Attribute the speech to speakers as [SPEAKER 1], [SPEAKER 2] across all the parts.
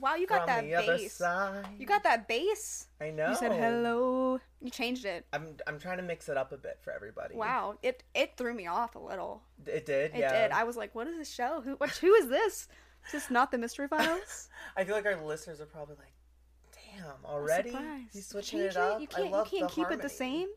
[SPEAKER 1] Wow, you got
[SPEAKER 2] From
[SPEAKER 1] that
[SPEAKER 2] the other
[SPEAKER 1] bass.
[SPEAKER 2] side.
[SPEAKER 1] You got that bass.
[SPEAKER 2] I know.
[SPEAKER 1] You said hello. You changed it.
[SPEAKER 2] I'm I'm trying to mix it up a bit for everybody.
[SPEAKER 1] Wow, it it threw me off a little.
[SPEAKER 2] It did.
[SPEAKER 1] It
[SPEAKER 2] yeah.
[SPEAKER 1] did. I was like, "What is this show? Who? What? Who is this? Is this not the Mystery Files?"
[SPEAKER 2] I feel like our listeners are probably like, "Damn, already?
[SPEAKER 1] Surprised.
[SPEAKER 2] You switching
[SPEAKER 1] Change
[SPEAKER 2] it up?
[SPEAKER 1] You can't.
[SPEAKER 2] I love
[SPEAKER 1] you can't
[SPEAKER 2] the
[SPEAKER 1] keep
[SPEAKER 2] harmony.
[SPEAKER 1] it the same."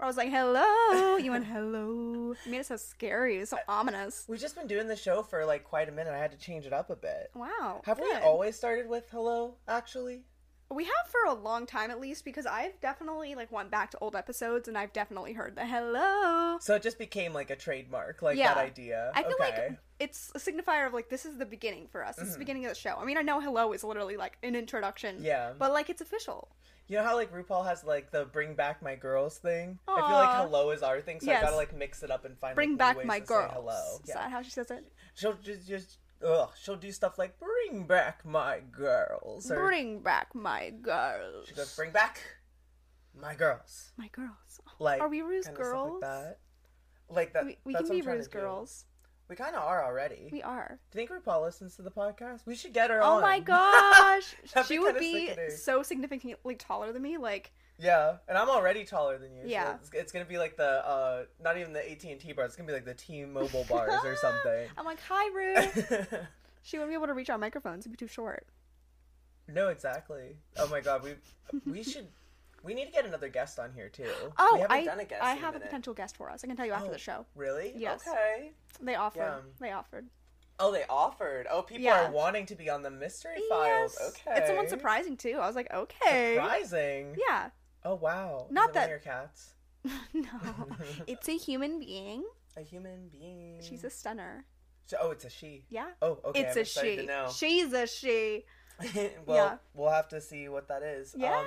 [SPEAKER 1] Or I was like, "Hello," you went, "Hello." You made it so scary, so ominous.
[SPEAKER 2] We've just been doing the show for like quite a minute. I had to change it up a bit.
[SPEAKER 1] Wow.
[SPEAKER 2] Have we
[SPEAKER 1] good.
[SPEAKER 2] always started with hello? Actually,
[SPEAKER 1] We have for a long time at least because I've definitely like went back to old episodes and I've definitely heard the hello.
[SPEAKER 2] so it just became like a trademark, like
[SPEAKER 1] Yeah.
[SPEAKER 2] that idea.
[SPEAKER 1] I feel
[SPEAKER 2] okay. Mm.
[SPEAKER 1] like it's a signifier of like this is the beginning for us. This is the beginning of the show. I mean, I know hello is literally like an introduction.
[SPEAKER 2] Yeah.
[SPEAKER 1] But like it's official.
[SPEAKER 2] you know how like RuPaul has like the bring back my girls thing. I feel like
[SPEAKER 1] Aw.
[SPEAKER 2] hello is our thing, so I
[SPEAKER 1] Yes.
[SPEAKER 2] gotta like mix it up and find
[SPEAKER 1] Bring
[SPEAKER 2] like, new
[SPEAKER 1] back
[SPEAKER 2] ways
[SPEAKER 1] my
[SPEAKER 2] to say
[SPEAKER 1] girls.
[SPEAKER 2] Hello,
[SPEAKER 1] Is
[SPEAKER 2] yeah.
[SPEAKER 1] that how she says it?
[SPEAKER 2] She'll just just ugh, she'll do stuff like bring back my girls. Or
[SPEAKER 1] Bring back my girls.
[SPEAKER 2] she goes, Bring back my girls.
[SPEAKER 1] my girls. Oh,
[SPEAKER 2] Like
[SPEAKER 1] are we Ruse
[SPEAKER 2] kinda stuff
[SPEAKER 1] girls?
[SPEAKER 2] Like that. Like that.
[SPEAKER 1] We, we
[SPEAKER 2] Uh,
[SPEAKER 1] can
[SPEAKER 2] that's what
[SPEAKER 1] be
[SPEAKER 2] I'm trying to
[SPEAKER 1] Ruse
[SPEAKER 2] do.
[SPEAKER 1] girls.
[SPEAKER 2] We kind of are already.
[SPEAKER 1] We are.
[SPEAKER 2] Do you think RuPaul listens to the podcast? We should get her
[SPEAKER 1] Oh
[SPEAKER 2] on.
[SPEAKER 1] my gosh.
[SPEAKER 2] That'd be
[SPEAKER 1] she would
[SPEAKER 2] kinda
[SPEAKER 1] be
[SPEAKER 2] sickening.
[SPEAKER 1] so significantly taller than me. Like
[SPEAKER 2] Yeah, and I'm already taller than you. so
[SPEAKER 1] Yeah.
[SPEAKER 2] it's, it's gonna be like the uh, not even the AT and T bars. It's gonna be like the T-Mobile bars or something.
[SPEAKER 1] I'm like, hi Rue. she wouldn't be able to reach our microphones. It'd be too short.
[SPEAKER 2] no, exactly. Oh my god, we we should we need to get another guest on here too.
[SPEAKER 1] Oh,
[SPEAKER 2] we haven't
[SPEAKER 1] I,
[SPEAKER 2] done a guest.
[SPEAKER 1] I
[SPEAKER 2] in
[SPEAKER 1] have a
[SPEAKER 2] minute.
[SPEAKER 1] potential guest for us. I can tell you after
[SPEAKER 2] Oh.
[SPEAKER 1] the show.
[SPEAKER 2] Really?
[SPEAKER 1] Yes.
[SPEAKER 2] Okay.
[SPEAKER 1] They offered.
[SPEAKER 2] Yeah.
[SPEAKER 1] They offered.
[SPEAKER 2] Oh, they offered. Oh, people
[SPEAKER 1] Yeah.
[SPEAKER 2] are wanting to be on the mystery files. Okay.
[SPEAKER 1] It's someone surprising too. I was like, okay.
[SPEAKER 2] Surprising.
[SPEAKER 1] Yeah.
[SPEAKER 2] Oh wow. Is
[SPEAKER 1] Not
[SPEAKER 2] it
[SPEAKER 1] that-
[SPEAKER 2] one of your cats.
[SPEAKER 1] no. it's a human being.
[SPEAKER 2] A human being.
[SPEAKER 1] She's a stunner.
[SPEAKER 2] So- oh, it's a she.
[SPEAKER 1] Yeah.
[SPEAKER 2] Oh, Mm. okay.
[SPEAKER 1] it's
[SPEAKER 2] I'm
[SPEAKER 1] a
[SPEAKER 2] excited
[SPEAKER 1] she.
[SPEAKER 2] To know.
[SPEAKER 1] She's a she.
[SPEAKER 2] well,
[SPEAKER 1] Yeah.
[SPEAKER 2] we'll have to see what that is. Um,
[SPEAKER 1] Yeah.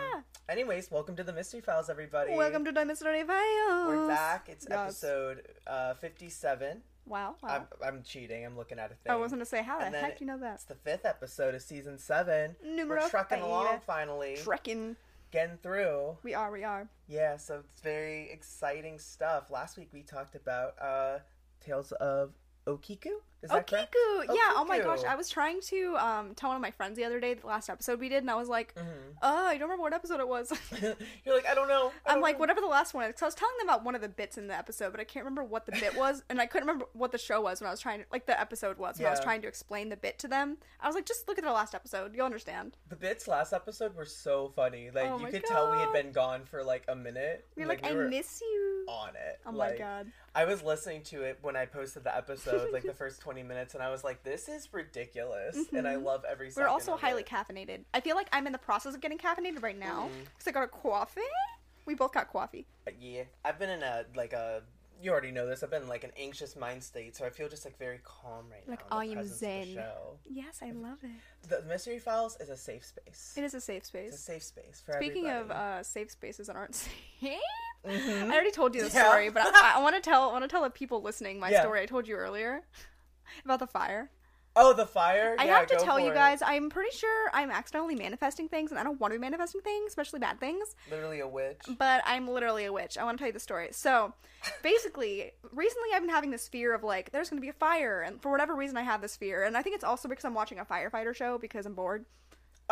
[SPEAKER 2] anyways, welcome to the Mystery Files, everybody.
[SPEAKER 1] Welcome to Diamond Story Files.
[SPEAKER 2] We're back. It's
[SPEAKER 1] Yes.
[SPEAKER 2] episode uh, 57.
[SPEAKER 1] Wow. wow.
[SPEAKER 2] I'm, I'm cheating. I'm looking at a thing.
[SPEAKER 1] I was gonna say how
[SPEAKER 2] And
[SPEAKER 1] the
[SPEAKER 2] then
[SPEAKER 1] heck do you know that?
[SPEAKER 2] It's the fifth episode of season seven.
[SPEAKER 1] Numero
[SPEAKER 2] We're trucking
[SPEAKER 1] five.
[SPEAKER 2] along finally,
[SPEAKER 1] Trekking.
[SPEAKER 2] getting through.
[SPEAKER 1] We are. We are.
[SPEAKER 2] Yeah, so it's very exciting stuff. Last week we talked about uh, Tales of Okiku. Is that
[SPEAKER 1] Okiku.
[SPEAKER 2] correct?
[SPEAKER 1] Yeah. Oh my
[SPEAKER 2] Okiku.
[SPEAKER 1] gosh. I was trying to um, tell one of my friends the other day the last episode we did, and I was like,
[SPEAKER 2] Mhm.
[SPEAKER 1] oh, I don't remember what episode it was.
[SPEAKER 2] You're like, I don't know. I
[SPEAKER 1] I'm
[SPEAKER 2] don't
[SPEAKER 1] like,
[SPEAKER 2] know.
[SPEAKER 1] whatever the last one is. Because I was telling them about one of the bits in the episode, but I can't remember what the bit was. And I couldn't remember what the show was when I was trying to, like, the episode was when I was
[SPEAKER 2] Yeah.
[SPEAKER 1] trying to explain the bit to them. I was like, just look at the last episode. You'll understand.
[SPEAKER 2] The bits last episode were so funny. Like
[SPEAKER 1] Oh
[SPEAKER 2] you
[SPEAKER 1] my
[SPEAKER 2] could tell we had
[SPEAKER 1] God.
[SPEAKER 2] been gone for like a minute.
[SPEAKER 1] You're like,
[SPEAKER 2] we
[SPEAKER 1] I
[SPEAKER 2] were
[SPEAKER 1] miss you.
[SPEAKER 2] on it.
[SPEAKER 1] Oh
[SPEAKER 2] Like,
[SPEAKER 1] my god.
[SPEAKER 2] I was listening to it when I posted the episode, like the first twenty minutes, and I was like, "This is ridiculous," and I love every.
[SPEAKER 1] Mm-hmm. We're
[SPEAKER 2] second
[SPEAKER 1] also
[SPEAKER 2] of
[SPEAKER 1] highly
[SPEAKER 2] it.
[SPEAKER 1] caffeinated. I feel like I'm in the process of getting caffeinated right now. Because I got a coffee. We both got coffee.
[SPEAKER 2] yeah, I've been in a like a. You already know this. I've been in, like an anxious mind state, so I feel just like very calm right
[SPEAKER 1] Like,
[SPEAKER 2] now.
[SPEAKER 1] I
[SPEAKER 2] in the
[SPEAKER 1] am
[SPEAKER 2] presence of
[SPEAKER 1] zen.
[SPEAKER 2] The, show.
[SPEAKER 1] Yes, I love it.
[SPEAKER 2] the Mystery Files is a safe space.
[SPEAKER 1] It is a safe
[SPEAKER 2] It's a
[SPEAKER 1] space.
[SPEAKER 2] safe space for
[SPEAKER 1] Speaking of
[SPEAKER 2] everybody.
[SPEAKER 1] uh, safe spaces that aren't safe,
[SPEAKER 2] Mhm.
[SPEAKER 1] I already told you the
[SPEAKER 2] Yeah.
[SPEAKER 1] story, but I, I want to tell I want to tell the people listening my
[SPEAKER 2] Yeah.
[SPEAKER 1] story I told you earlier about the fire.
[SPEAKER 2] oh, the fire.
[SPEAKER 1] I
[SPEAKER 2] Yeah,
[SPEAKER 1] have to
[SPEAKER 2] go
[SPEAKER 1] tell you
[SPEAKER 2] for it.
[SPEAKER 1] guys, I'm pretty sure I'm accidentally manifesting things, and I don't want to be manifesting things, especially bad things.
[SPEAKER 2] Literally a witch.
[SPEAKER 1] But I'm literally a witch. I want to tell you the story. So, basically, recently I've been having this fear of like, there's going to be a fire, and for whatever reason I have this fear, and I think it's also because I'm watching a firefighter show because I'm bored.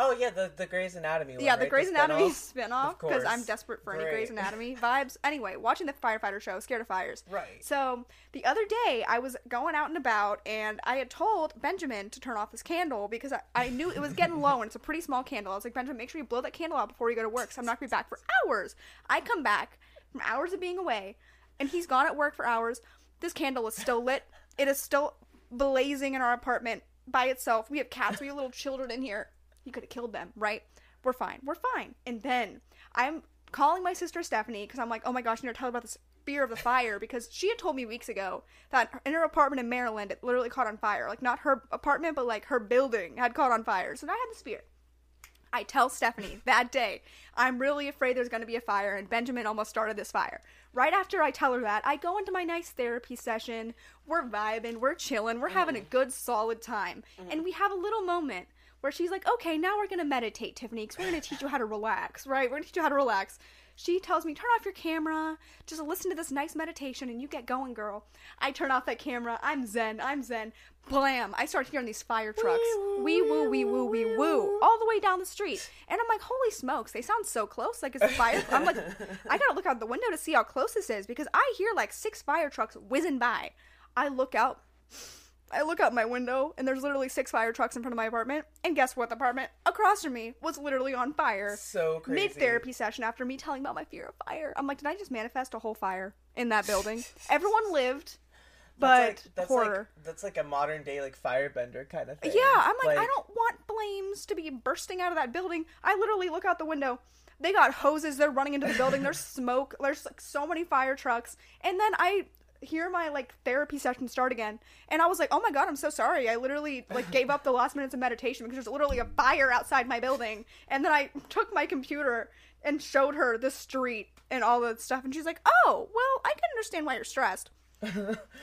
[SPEAKER 2] Oh yeah, the the Grey's Anatomy. One,
[SPEAKER 1] yeah,
[SPEAKER 2] right?
[SPEAKER 1] the Grey's
[SPEAKER 2] spin-off.
[SPEAKER 1] Anatomy spinoff
[SPEAKER 2] Of
[SPEAKER 1] because I'm
[SPEAKER 2] course.
[SPEAKER 1] desperate for any
[SPEAKER 2] Great.
[SPEAKER 1] Grey's Anatomy vibes. Anyway, watching the firefighter show, scared of fires.
[SPEAKER 2] Right.
[SPEAKER 1] So the other day, I was going out and about, and I had told Benjamin to turn off this candle because I, I knew it was getting low, and it's a pretty small candle. I was like, Benjamin, make sure you blow that candle out before you go to work, so I'm not gonna be back for hours. I come back from hours of being away, and he's gone at work for hours. This candle is still lit. It is still blazing in our apartment by itself. We have cats. We have little children in here. He could have killed them, right? We're fine. We're fine. And then I'm calling my sister Stephanie because I'm like, oh my gosh, you need to tell her about this fear of the fire because she had told me weeks ago that in her apartment in Maryland, it literally caught on fire. Like, not her apartment, but like her building had caught on fire. So now I had this fear. I tell Stephanie that day, I'm really afraid there's going to be a fire, and Benjamin almost started this fire. Right after I tell her that, I go into my nice therapy session. We're vibing, we're chilling, we're having a good, solid time. And we have a little moment where she's like, okay, now we're going to meditate, Tiffany, because we're going to teach you how to relax, right? We're going to teach you how to relax. She tells me, turn off your camera, just listen to this nice meditation, and you get going, girl. I turn off that camera. I'm zen. I'm zen. Blam! I start hearing these fire trucks. Wee woo, wee woo, wee woo. All the way down the street. And I'm like, holy smokes, they sound so close. Like, it's a fire. I'm like, I gotta look out the window to see how close this is because I hear like six fire trucks whizzing by. I look out. I look out my window and there's literally six fire trucks in front of my apartment. And guess what? The apartment across from me was literally on fire.
[SPEAKER 2] So crazy.
[SPEAKER 1] Mid therapy session after me telling about my fear of fire. I'm like, did I just manifest a whole fire in that building? Everyone lived, but
[SPEAKER 2] That's like, that's
[SPEAKER 1] horror.
[SPEAKER 2] Like, that's like a modern day like firebender kind of thing.
[SPEAKER 1] yeah, I'm like, I don't want flames to be bursting out of that building. I literally look out the window. They got hoses. They're running into the building. There's smoke. There's like so many fire trucks. And then I hear my like therapy session start again, and I was like, oh my god, I'm so sorry. I literally like gave up the last minutes of meditation because there's literally a fire outside my building. And then I took my computer and showed her the street and all that stuff, and she's like, oh well, I can understand why you're stressed.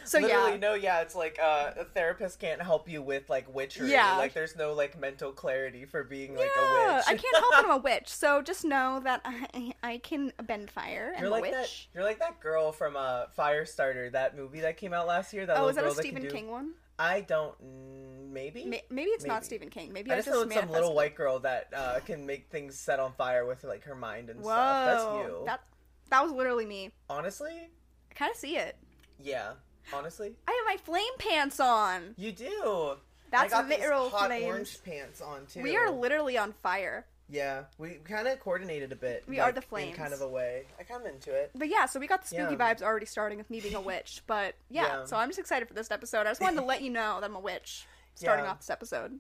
[SPEAKER 1] So
[SPEAKER 2] Literally,
[SPEAKER 1] yeah.
[SPEAKER 2] no, yeah, it's like uh, a therapist can't help you with like witchery.
[SPEAKER 1] Yeah.
[SPEAKER 2] like there's no like mental clarity for being like a
[SPEAKER 1] Yeah, Ah,
[SPEAKER 2] witch.
[SPEAKER 1] I can't help it. I'm a witch, so just know that I, I can bend fire. I'm
[SPEAKER 2] You're
[SPEAKER 1] a
[SPEAKER 2] like
[SPEAKER 1] witch.
[SPEAKER 2] that. You're like that girl from uh, Firestarter, that movie that came out last year. That
[SPEAKER 1] oh,
[SPEAKER 2] little
[SPEAKER 1] is that a
[SPEAKER 2] girl can
[SPEAKER 1] Stephen
[SPEAKER 2] do-
[SPEAKER 1] King one?
[SPEAKER 2] I don't. mm, Maybe.
[SPEAKER 1] May- Maybe it's not
[SPEAKER 2] Maybe.
[SPEAKER 1] Stephen King. Maybe
[SPEAKER 2] I
[SPEAKER 1] I
[SPEAKER 2] just know it's some
[SPEAKER 1] manifested
[SPEAKER 2] little
[SPEAKER 1] it.
[SPEAKER 2] white girl that uh, can make things set on fire with like her mind and
[SPEAKER 1] Whoa,
[SPEAKER 2] stuff. That's you.
[SPEAKER 1] that that was literally me.
[SPEAKER 2] Honestly,
[SPEAKER 1] I kind of see it.
[SPEAKER 2] yeah. Honestly,
[SPEAKER 1] I have my flame pants on.
[SPEAKER 2] you do.
[SPEAKER 1] That's
[SPEAKER 2] I got these
[SPEAKER 1] literal
[SPEAKER 2] hot
[SPEAKER 1] flames.
[SPEAKER 2] orange pants on too.
[SPEAKER 1] We are literally on fire.
[SPEAKER 2] Yeah, we kind of coordinated a bit.
[SPEAKER 1] We are the
[SPEAKER 2] in
[SPEAKER 1] flames.
[SPEAKER 2] kind of a way. I kind of into it.
[SPEAKER 1] But yeah, so we got the spooky
[SPEAKER 2] Yeah.
[SPEAKER 1] vibes already starting with me being a witch. But yeah,
[SPEAKER 2] Yeah.
[SPEAKER 1] so I'm just excited for this episode. I just wanted to let you know that I'm a witch starting
[SPEAKER 2] Yeah.
[SPEAKER 1] off this episode.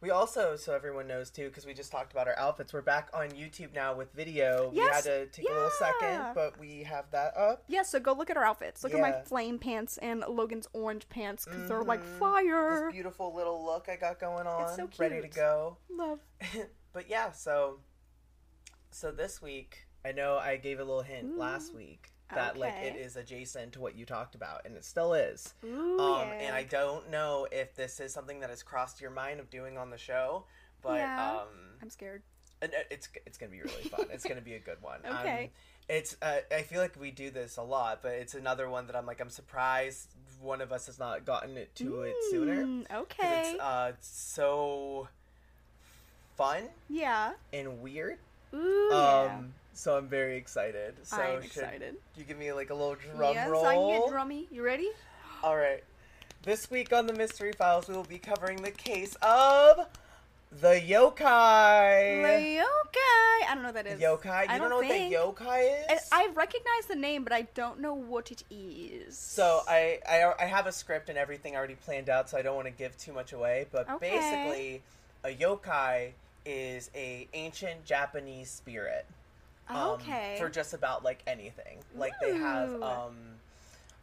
[SPEAKER 2] We also, so everyone knows too, because we just talked about our outfits. We're back on YouTube now with video. we
[SPEAKER 1] Yes,
[SPEAKER 2] had to take a little
[SPEAKER 1] yeah.
[SPEAKER 2] second, but we have that up.
[SPEAKER 1] Yeah, so go look at our outfits. Look at my
[SPEAKER 2] Yeah.
[SPEAKER 1] flame pants and Logan's orange pants because they're like
[SPEAKER 2] Mhm.
[SPEAKER 1] fire.
[SPEAKER 2] This beautiful little look I got going on,
[SPEAKER 1] Er. so
[SPEAKER 2] ready to
[SPEAKER 1] cute.
[SPEAKER 2] go.
[SPEAKER 1] Love.
[SPEAKER 2] but yeah, so so this week, I know I gave a little hint last week that like
[SPEAKER 1] Okay.
[SPEAKER 2] it is adjacent to what you talked about, and it still is.
[SPEAKER 1] Ooh,
[SPEAKER 2] um,
[SPEAKER 1] yeah.
[SPEAKER 2] and I don't know if this is something that has crossed your mind of doing on the show, but
[SPEAKER 1] Yeah.
[SPEAKER 2] um,
[SPEAKER 1] I'm scared.
[SPEAKER 2] And it- it's it's gonna be really fun. It's gonna be a good one.
[SPEAKER 1] Okay.
[SPEAKER 2] Um, it's uh, I feel like we do this a lot, but it's another one that I'm like I'm surprised one of us has not gotten it to it sooner. 'Cause
[SPEAKER 1] Mm, Okay.
[SPEAKER 2] It's uh so fun
[SPEAKER 1] yeah.
[SPEAKER 2] and weird.
[SPEAKER 1] Ooh.
[SPEAKER 2] Um, so I'm very excited. So
[SPEAKER 1] yeah. I'm
[SPEAKER 2] should
[SPEAKER 1] excited.
[SPEAKER 2] you give me like a little drum
[SPEAKER 1] yes,
[SPEAKER 2] roll?
[SPEAKER 1] I can get drummy. You ready?
[SPEAKER 2] All right. This week on the Mystery Files, we will be covering the case of the yokai.
[SPEAKER 1] Yokai. I don't know what that is.
[SPEAKER 2] Yokai. You
[SPEAKER 1] I
[SPEAKER 2] don't, know
[SPEAKER 1] think.
[SPEAKER 2] what the yokai
[SPEAKER 1] I,
[SPEAKER 2] is?
[SPEAKER 1] I recognize the name, but I don't know what it is.
[SPEAKER 2] so I, I I have a script and everything already planned out, so I don't want to give too much away. But
[SPEAKER 1] Okay.
[SPEAKER 2] basically, a yokai is a ancient Japanese spirit. um,
[SPEAKER 1] okay.
[SPEAKER 2] for just about like anything. Like they have
[SPEAKER 1] Ooh.
[SPEAKER 2] um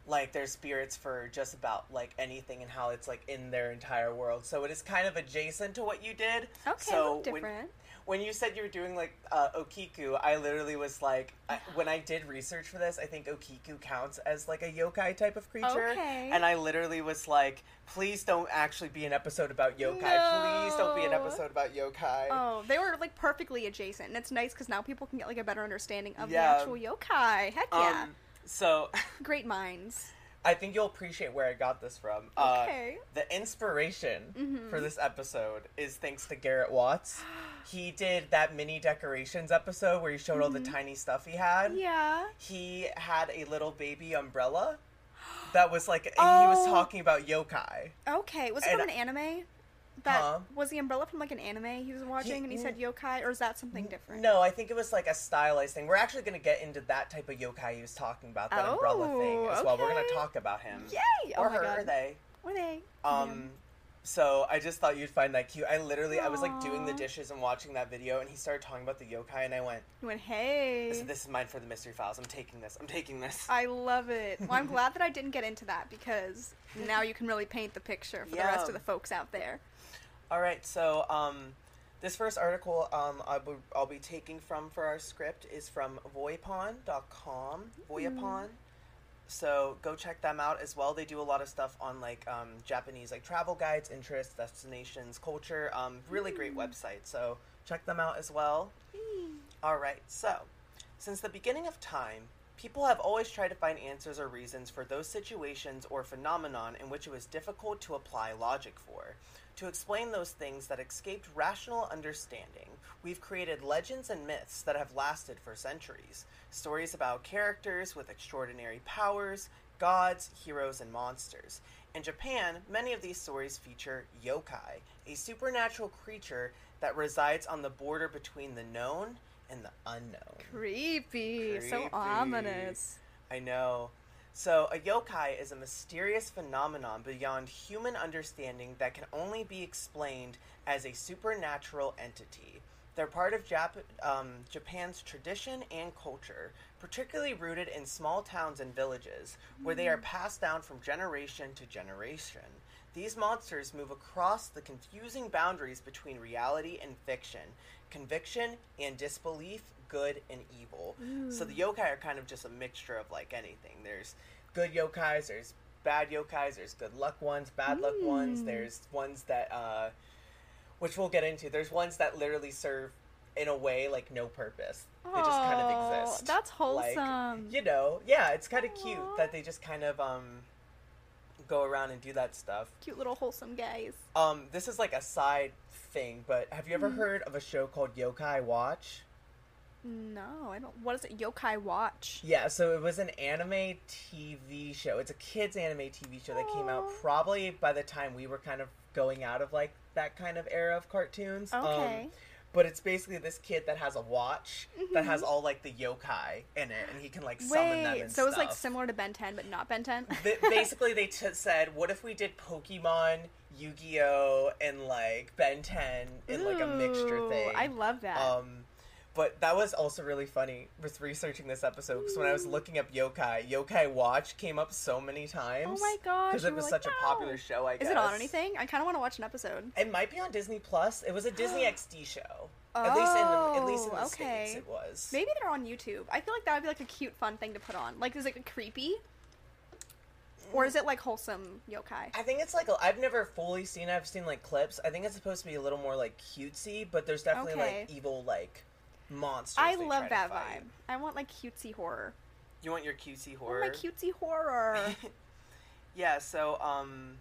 [SPEAKER 2] like their spirits for just about like anything and how it's like in their entire world. So it is kind of adjacent to what you did.
[SPEAKER 1] okay,
[SPEAKER 2] so
[SPEAKER 1] look
[SPEAKER 2] when-
[SPEAKER 1] different.
[SPEAKER 2] When you said you were doing like uh, Okiku, I literally was like, I, when I did research for this, I think Okiku counts as like a yokai type of creature.
[SPEAKER 1] Okay.
[SPEAKER 2] And I literally was like, please don't actually be an episode about yokai. Please don't be an
[SPEAKER 1] No.
[SPEAKER 2] episode about yokai.
[SPEAKER 1] Oh, they were like perfectly adjacent, and it's nice because now people can get like a better understanding of
[SPEAKER 2] Yeah.
[SPEAKER 1] the actual yokai. Heck yeah,
[SPEAKER 2] Um, so
[SPEAKER 1] great minds.
[SPEAKER 2] I think you'll appreciate where I got this from.
[SPEAKER 1] Okay.
[SPEAKER 2] Uh, the inspiration
[SPEAKER 1] Mhm.
[SPEAKER 2] for this episode is thanks to Garrett Watts. He did that mini decorations episode where he showed all the tiny stuff he had.
[SPEAKER 1] Mm-hmm. Yeah.
[SPEAKER 2] He had a little baby umbrella that was like, he was
[SPEAKER 1] Oh.
[SPEAKER 2] talking about yokai.
[SPEAKER 1] Okay. Was it
[SPEAKER 2] And
[SPEAKER 1] from an anime? That
[SPEAKER 2] Huh?
[SPEAKER 1] was the umbrella from like an anime he was watching, and he said yokai, or is that something different?
[SPEAKER 2] No, I think it was like a stylized thing. We're actually going to get into that type of yokai he was talking about, that umbrella thing
[SPEAKER 1] Oh,
[SPEAKER 2] as well. We're going
[SPEAKER 1] okay.
[SPEAKER 2] to talk about him.
[SPEAKER 1] Yay!
[SPEAKER 2] Or
[SPEAKER 1] oh my
[SPEAKER 2] her,
[SPEAKER 1] god.
[SPEAKER 2] or they.
[SPEAKER 1] Were they?
[SPEAKER 2] Um,
[SPEAKER 1] Yeah.
[SPEAKER 2] so I just thought you'd find that cute. I literally, I was like doing the
[SPEAKER 1] Aw.
[SPEAKER 2] dishes and watching that video, and he started talking about the yokai, and I went,
[SPEAKER 1] You went, hey.
[SPEAKER 2] "This, this is mine for the mystery files. I'm taking this. I'm taking this."
[SPEAKER 1] I love it. Well, I'm glad that I didn't get into that because now you can really paint the picture for the rest
[SPEAKER 2] Yeah.
[SPEAKER 1] of the folks out there.
[SPEAKER 2] All right, so um, this first article um, I will I'll be taking from for our script is from voyapon.com. Voyapon. So go check them out as well. They do a lot of stuff on like um, Japanese like travel guides, interests, destinations, culture. Um, really great website. So check them out as well. All right, so Since the beginning of time, people have always tried to find answers or reasons for those situations or phenomenon in which it was difficult to apply logic for. To explain those things that escaped rational understanding, we've created legends and myths that have lasted for centuries. Stories about characters with extraordinary powers, gods, heroes, and monsters. In Japan, many of these stories feature yokai, a supernatural creature that resides on the border between the known and the unknown.
[SPEAKER 1] Creepy. So
[SPEAKER 2] Creepy.
[SPEAKER 1] ominous.
[SPEAKER 2] I know. So, a yokai is a mysterious phenomenon beyond human understanding that can only be explained as a supernatural entity. They're part of Jap- um, Japan's tradition and culture, particularly rooted in small towns and villages, where they are passed down from generation to generation. These monsters move across the confusing boundaries between reality and fiction, conviction and disbelief, good and evil. So the yokai are kind of just a mixture of like anything. There's good yokais, there's bad yokais, there's good luck ones, bad luck
[SPEAKER 1] Hmm.
[SPEAKER 2] ones, there's ones that uh which we'll get into. There's ones that literally serve in a way like no purpose. They just kind
[SPEAKER 1] Aw,
[SPEAKER 2] of exist.
[SPEAKER 1] Oh, that's
[SPEAKER 2] Like,
[SPEAKER 1] wholesome.
[SPEAKER 2] you know, yeah, it's kind of cute
[SPEAKER 1] Aw.
[SPEAKER 2] that they just kind of um go around and do that stuff.
[SPEAKER 1] Cute little wholesome guys.
[SPEAKER 2] Um, this is like a side thing, but have you ever
[SPEAKER 1] Hmm.
[SPEAKER 2] heard of a show called Yokai Watch?
[SPEAKER 1] No, I don't. What is it? Yokai Watch.
[SPEAKER 2] Yeah, so it was an anime TV show. It's a kids anime TV show that came out
[SPEAKER 1] Aw.
[SPEAKER 2] probably by the time we were kind of going out of like that kind of era of cartoons. Um,
[SPEAKER 1] Okay.
[SPEAKER 2] but it's basically this kid that has a watch that has all like the yokai in it, and he can like summon them.
[SPEAKER 1] Mm-hmm. Wait,
[SPEAKER 2] And
[SPEAKER 1] so it's like
[SPEAKER 2] stuff.
[SPEAKER 1] similar to Ben 10, but not Ben 10?
[SPEAKER 2] Th- basically they t- said what if we did pokemon yu-gi-oh and like ben 10 in like a mixture
[SPEAKER 1] Ooh,
[SPEAKER 2] thing
[SPEAKER 1] I love that.
[SPEAKER 2] um but that was also really funny was researching this episode because when i was looking up yokai yokai watch came up so many
[SPEAKER 1] oh
[SPEAKER 2] times
[SPEAKER 1] my gosh.
[SPEAKER 2] because
[SPEAKER 1] we
[SPEAKER 2] it
[SPEAKER 1] were
[SPEAKER 2] was
[SPEAKER 1] like,
[SPEAKER 2] such a
[SPEAKER 1] "No."
[SPEAKER 2] popular show i guess
[SPEAKER 1] Is it on anything? I kind of want to watch an episode.
[SPEAKER 2] it might be on disney plus it was a disney xd show at least in the, at least in the
[SPEAKER 1] Oh,
[SPEAKER 2] states
[SPEAKER 1] okay.
[SPEAKER 2] it was
[SPEAKER 1] Maybe they're on YouTube. I feel like that would be like a cute, fun thing to put on. Like, is it creepy? Or is it like wholesome yokai?
[SPEAKER 2] I think it's like I've never fully seen. it. I've seen like clips. I think it's supposed to be a little more like cutesy, but there's definitely
[SPEAKER 1] Okay.
[SPEAKER 2] like evil like monsters.
[SPEAKER 1] I
[SPEAKER 2] they
[SPEAKER 1] love
[SPEAKER 2] try to
[SPEAKER 1] that
[SPEAKER 2] fight.
[SPEAKER 1] vibe. I want like cutesy horror.
[SPEAKER 2] You want your cutesy
[SPEAKER 1] I
[SPEAKER 2] horror?
[SPEAKER 1] want my cutesy horror.
[SPEAKER 2] yeah. So um,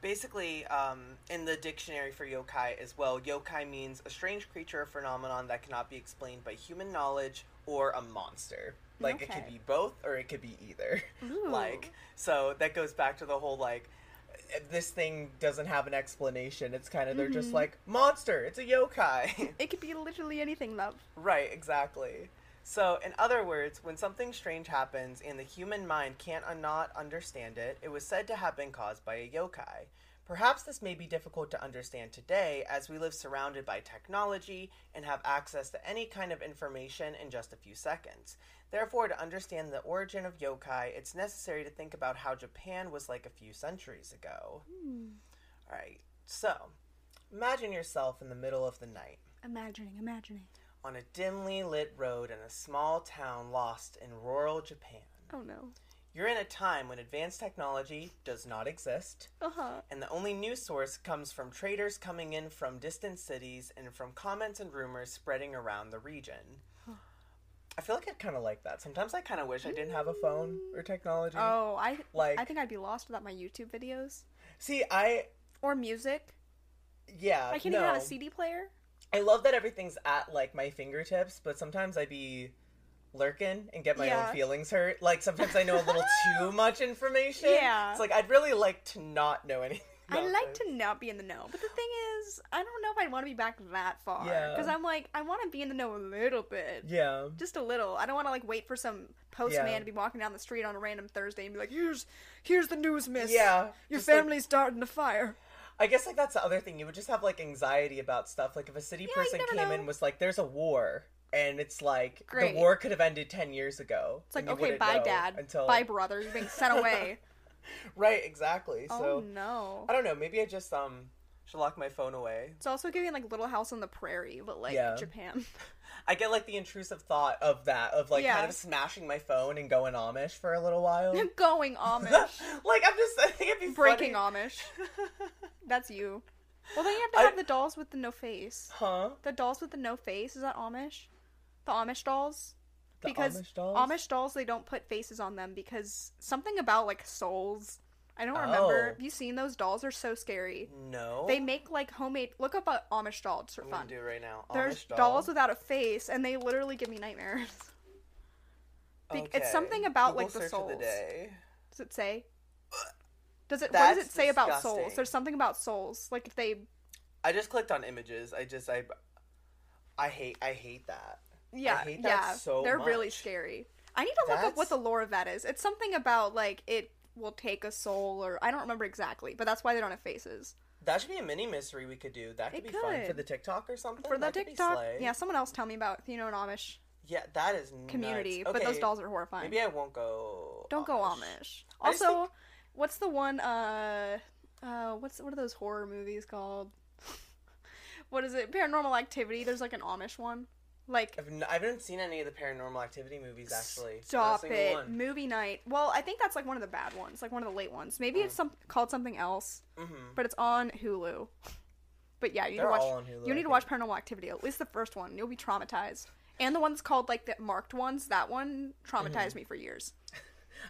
[SPEAKER 2] basically um, in the dictionary for yokai as well, yokai means a strange creature or phenomenon that cannot be explained by human knowledge or a monster. Like it could
[SPEAKER 1] Okay.
[SPEAKER 2] be both or it could be either.
[SPEAKER 1] Ooh.
[SPEAKER 2] like so that goes back to the whole like this thing doesn't have an explanation it's kind of they're
[SPEAKER 1] Mm-hmm.
[SPEAKER 2] just like monster it's a yokai
[SPEAKER 1] It could be literally anything, love.
[SPEAKER 2] right exactly so in other words when something strange happens and the human mind can't un- not understand it it was said to have been caused by a yokai perhaps this may be difficult to understand today as we live surrounded by technology and have access to any kind of information in just a few seconds Therefore, to understand the origin of yokai, it's necessary to think about how Japan was like a few centuries ago. All right, so imagine yourself in the middle of the night
[SPEAKER 1] Imagining, imagining.
[SPEAKER 2] on a dimly lit road in a small town lost in rural Japan.
[SPEAKER 1] Oh no.
[SPEAKER 2] You're in a time when advanced technology does not exist,
[SPEAKER 1] Uh huh.
[SPEAKER 2] and the only news source comes from traders coming in from distant cities and from comments and rumors spreading around the region. I feel like I kind of like that. Sometimes I kind of wish I didn't have a phone or technology.
[SPEAKER 1] Oh, I
[SPEAKER 2] Like-
[SPEAKER 1] I think I'd be lost without my YouTube videos
[SPEAKER 2] See, I
[SPEAKER 1] or music.
[SPEAKER 2] yeah,
[SPEAKER 1] I can't
[SPEAKER 2] Uh, no.
[SPEAKER 1] even have a CD player.
[SPEAKER 2] I love that everything's at like my fingertips, but sometimes I be lurking and get my
[SPEAKER 1] Yeah.
[SPEAKER 2] own feelings hurt. Like sometimes I know a little too much information.
[SPEAKER 1] Yeah.
[SPEAKER 2] it's like I'd really like to not know anything.
[SPEAKER 1] I
[SPEAKER 2] about
[SPEAKER 1] like
[SPEAKER 2] this.
[SPEAKER 1] to not be in the know, but the thing is, I don't know if I'd want to be back that far.
[SPEAKER 2] Yeah.
[SPEAKER 1] Because I'm like, I want to be in the know a little bit,
[SPEAKER 2] Yeah.
[SPEAKER 1] just a little. I don't want to like wait for some postman
[SPEAKER 2] Yeah.
[SPEAKER 1] to be walking down the street on a random Thursday and be like, "Here's, here's the news, miss.
[SPEAKER 2] Yeah.
[SPEAKER 1] your
[SPEAKER 2] just, like-
[SPEAKER 1] family's starting to fire."
[SPEAKER 2] I guess like that's the other thing. You would just have like anxiety about stuff. Like if a city
[SPEAKER 1] you
[SPEAKER 2] person
[SPEAKER 1] never
[SPEAKER 2] came in
[SPEAKER 1] know.
[SPEAKER 2] and was like, "There's a war," and it's like
[SPEAKER 1] Great.
[SPEAKER 2] the war could have ended ten years ago.
[SPEAKER 1] It's like, okay, bye, dad. Bye, brother. You're being sent away.
[SPEAKER 2] Right. Exactly.
[SPEAKER 1] oh
[SPEAKER 2] so
[SPEAKER 1] no.
[SPEAKER 2] I don't know. Maybe I just um should lock my phone away.
[SPEAKER 1] It's also giving like Little House on the Prairie, but like
[SPEAKER 2] Yeah.
[SPEAKER 1] Japan.
[SPEAKER 2] I get like the intrusive thought of that, of like
[SPEAKER 1] Yeah.
[SPEAKER 2] kind of smashing my phone and going Amish for a little while. like
[SPEAKER 1] Going Amish,
[SPEAKER 2] I'm just, I think it'd be
[SPEAKER 1] breaking
[SPEAKER 2] funny.
[SPEAKER 1] Amish. That's you. Well, then you have to
[SPEAKER 2] I-
[SPEAKER 1] have the dolls with the no face.
[SPEAKER 2] Huh?
[SPEAKER 1] The dolls with the no face is that Amish? The Amish dolls?
[SPEAKER 2] The
[SPEAKER 1] because
[SPEAKER 2] Amish dolls?
[SPEAKER 1] Amish dolls they don't put faces on them because something about like souls. I don't remember.
[SPEAKER 2] Oh.
[SPEAKER 1] Have you seen those dolls? Are so scary.
[SPEAKER 2] No.
[SPEAKER 1] They make like homemade. Look up an Amish doll. It's for
[SPEAKER 2] I'm
[SPEAKER 1] fun.
[SPEAKER 2] gonna do it right now.
[SPEAKER 1] There's
[SPEAKER 2] Amish doll.
[SPEAKER 1] dolls without a face, and they literally give me nightmares. Be-
[SPEAKER 2] Okay.
[SPEAKER 1] It's something about
[SPEAKER 2] Google
[SPEAKER 1] like the
[SPEAKER 2] search of
[SPEAKER 1] souls.
[SPEAKER 2] the day.
[SPEAKER 1] Does it say? Does it? what does
[SPEAKER 2] That's
[SPEAKER 1] it say about souls?
[SPEAKER 2] disgusting.
[SPEAKER 1] There's something about souls. Like if they,
[SPEAKER 2] I just clicked on images. I just I I hate I hate that.
[SPEAKER 1] yeah,
[SPEAKER 2] hate that
[SPEAKER 1] yeah,
[SPEAKER 2] so
[SPEAKER 1] they're really
[SPEAKER 2] much.
[SPEAKER 1] scary. I need to look up what
[SPEAKER 2] That's-
[SPEAKER 1] the lore of that is. It's something about like it will take a soul, or I don't remember exactly, but that's why they don't have faces
[SPEAKER 2] That should be a mini mystery we could do. That could
[SPEAKER 1] It
[SPEAKER 2] be fun for
[SPEAKER 1] could.
[SPEAKER 2] the TikTok or something.
[SPEAKER 1] for the
[SPEAKER 2] Oh, That could be
[SPEAKER 1] TikTok.
[SPEAKER 2] slay.
[SPEAKER 1] Yeah, someone else tell me about if you know an Amish
[SPEAKER 2] Yeah, that is nuts.
[SPEAKER 1] community, but
[SPEAKER 2] Okay,
[SPEAKER 1] those dolls are horrifying.
[SPEAKER 2] Maybe I won't go.
[SPEAKER 1] Don't go Amish.
[SPEAKER 2] I just
[SPEAKER 1] Also, what's the one? Uh, uh, what's what are those horror movies called? what is it? Paranormal Activity. There's like an Amish one. Like,
[SPEAKER 2] I've n- I haven't seen any of the Paranormal Activity movies actually. Not a
[SPEAKER 1] stop
[SPEAKER 2] single
[SPEAKER 1] it.
[SPEAKER 2] One.
[SPEAKER 1] Movie night. Well, I think that's like one of the bad ones, like one of the late ones. Maybe
[SPEAKER 2] Hmm.
[SPEAKER 1] it's some called something else,
[SPEAKER 2] Mhm.
[SPEAKER 1] but it's on Hulu. But yeah, you need
[SPEAKER 2] They're
[SPEAKER 1] to watch.
[SPEAKER 2] all on Hulu,
[SPEAKER 1] you
[SPEAKER 2] I
[SPEAKER 1] need to
[SPEAKER 2] think.
[SPEAKER 1] watch Paranormal Activity. At least the first one. You'll be traumatized. And the ones called like the marked ones. That one traumatized
[SPEAKER 2] Hmm.
[SPEAKER 1] me for years.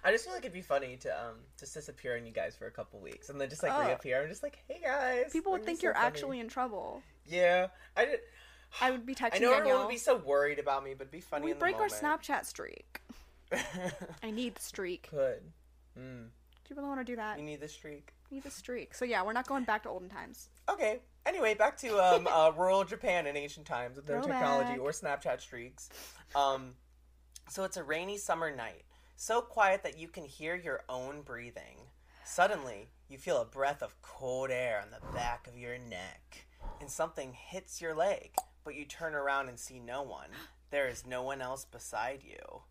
[SPEAKER 2] I just feel like it'd be funny to um just disappear on you guys for a couple weeks and then just like
[SPEAKER 1] Oh.
[SPEAKER 2] reappear. I'm just like, hey guys.
[SPEAKER 1] People would
[SPEAKER 2] I'm
[SPEAKER 1] think
[SPEAKER 2] so
[SPEAKER 1] you're
[SPEAKER 2] funny."
[SPEAKER 1] actually in trouble.
[SPEAKER 2] Yeah, I did.
[SPEAKER 1] I would be texting
[SPEAKER 2] I know everyone
[SPEAKER 1] Danielle.
[SPEAKER 2] would be so worried about me, but it'd be funny.
[SPEAKER 1] we
[SPEAKER 2] in the
[SPEAKER 1] break our
[SPEAKER 2] moment.
[SPEAKER 1] Snapchat streak.
[SPEAKER 2] Snap.
[SPEAKER 1] I need the streak. Do
[SPEAKER 2] Good. Mm.
[SPEAKER 1] you really want to do that?
[SPEAKER 2] You need the streak.
[SPEAKER 1] I need the streak. So yeah, we're not going back to olden times.
[SPEAKER 2] Okay. Anyway, back to um, uh, rural Japan in ancient times with no technology
[SPEAKER 1] Throwback.
[SPEAKER 2] or Snapchat streaks. Um, so it's a rainy summer night, so quiet that you can hear your own breathing. Suddenly, you feel a breath of cold air on the back of your neck, and something hits your leg, but you turn around and see no one. There is no one else beside you.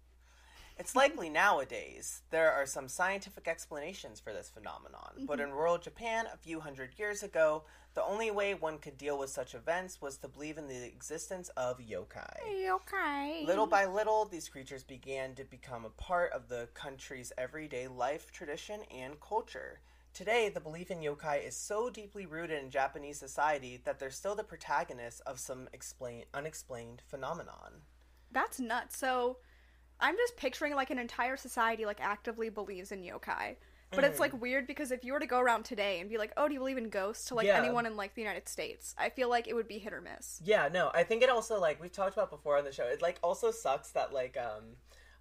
[SPEAKER 2] It's likely nowadays there are some scientific explanations for this phenomenon, but in rural Japan a few hundred years ago, the only way one could deal with such events was to believe in the existence of yokai.
[SPEAKER 1] Okay.
[SPEAKER 2] Little by little, these creatures began to become a part of the country's everyday life, tradition, and culture. Today, the belief in yokai is so deeply rooted in Japanese society that they're still the protagonists of some explain- unexplained phenomenon.
[SPEAKER 1] That's nuts. So I'm just picturing like an entire society like actively believes in yokai. But it's
[SPEAKER 2] Mm.
[SPEAKER 1] like weird because if you were to go around today and be like, "Oh, do you believe in ghosts?" to like
[SPEAKER 2] Yeah.
[SPEAKER 1] anyone in like the United States, I feel like it would be hit or miss.
[SPEAKER 2] Yeah, no, I think it also like we've talked about before on the show. It like also sucks that like um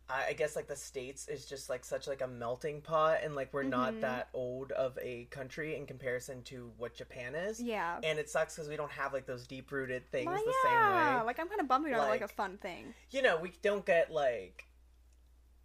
[SPEAKER 2] I, I guess like the states is just like such like a melting pot and like we're not that old of a country in comparison to what Japan is.
[SPEAKER 1] Yeah.
[SPEAKER 2] And it sucks because we don't have like those deep rooted things
[SPEAKER 1] Well,
[SPEAKER 2] the
[SPEAKER 1] yeah.
[SPEAKER 2] same way.
[SPEAKER 1] Like I'm kind of bummed we don't have like a
[SPEAKER 2] Like-
[SPEAKER 1] fun thing.
[SPEAKER 2] You know, we don't get like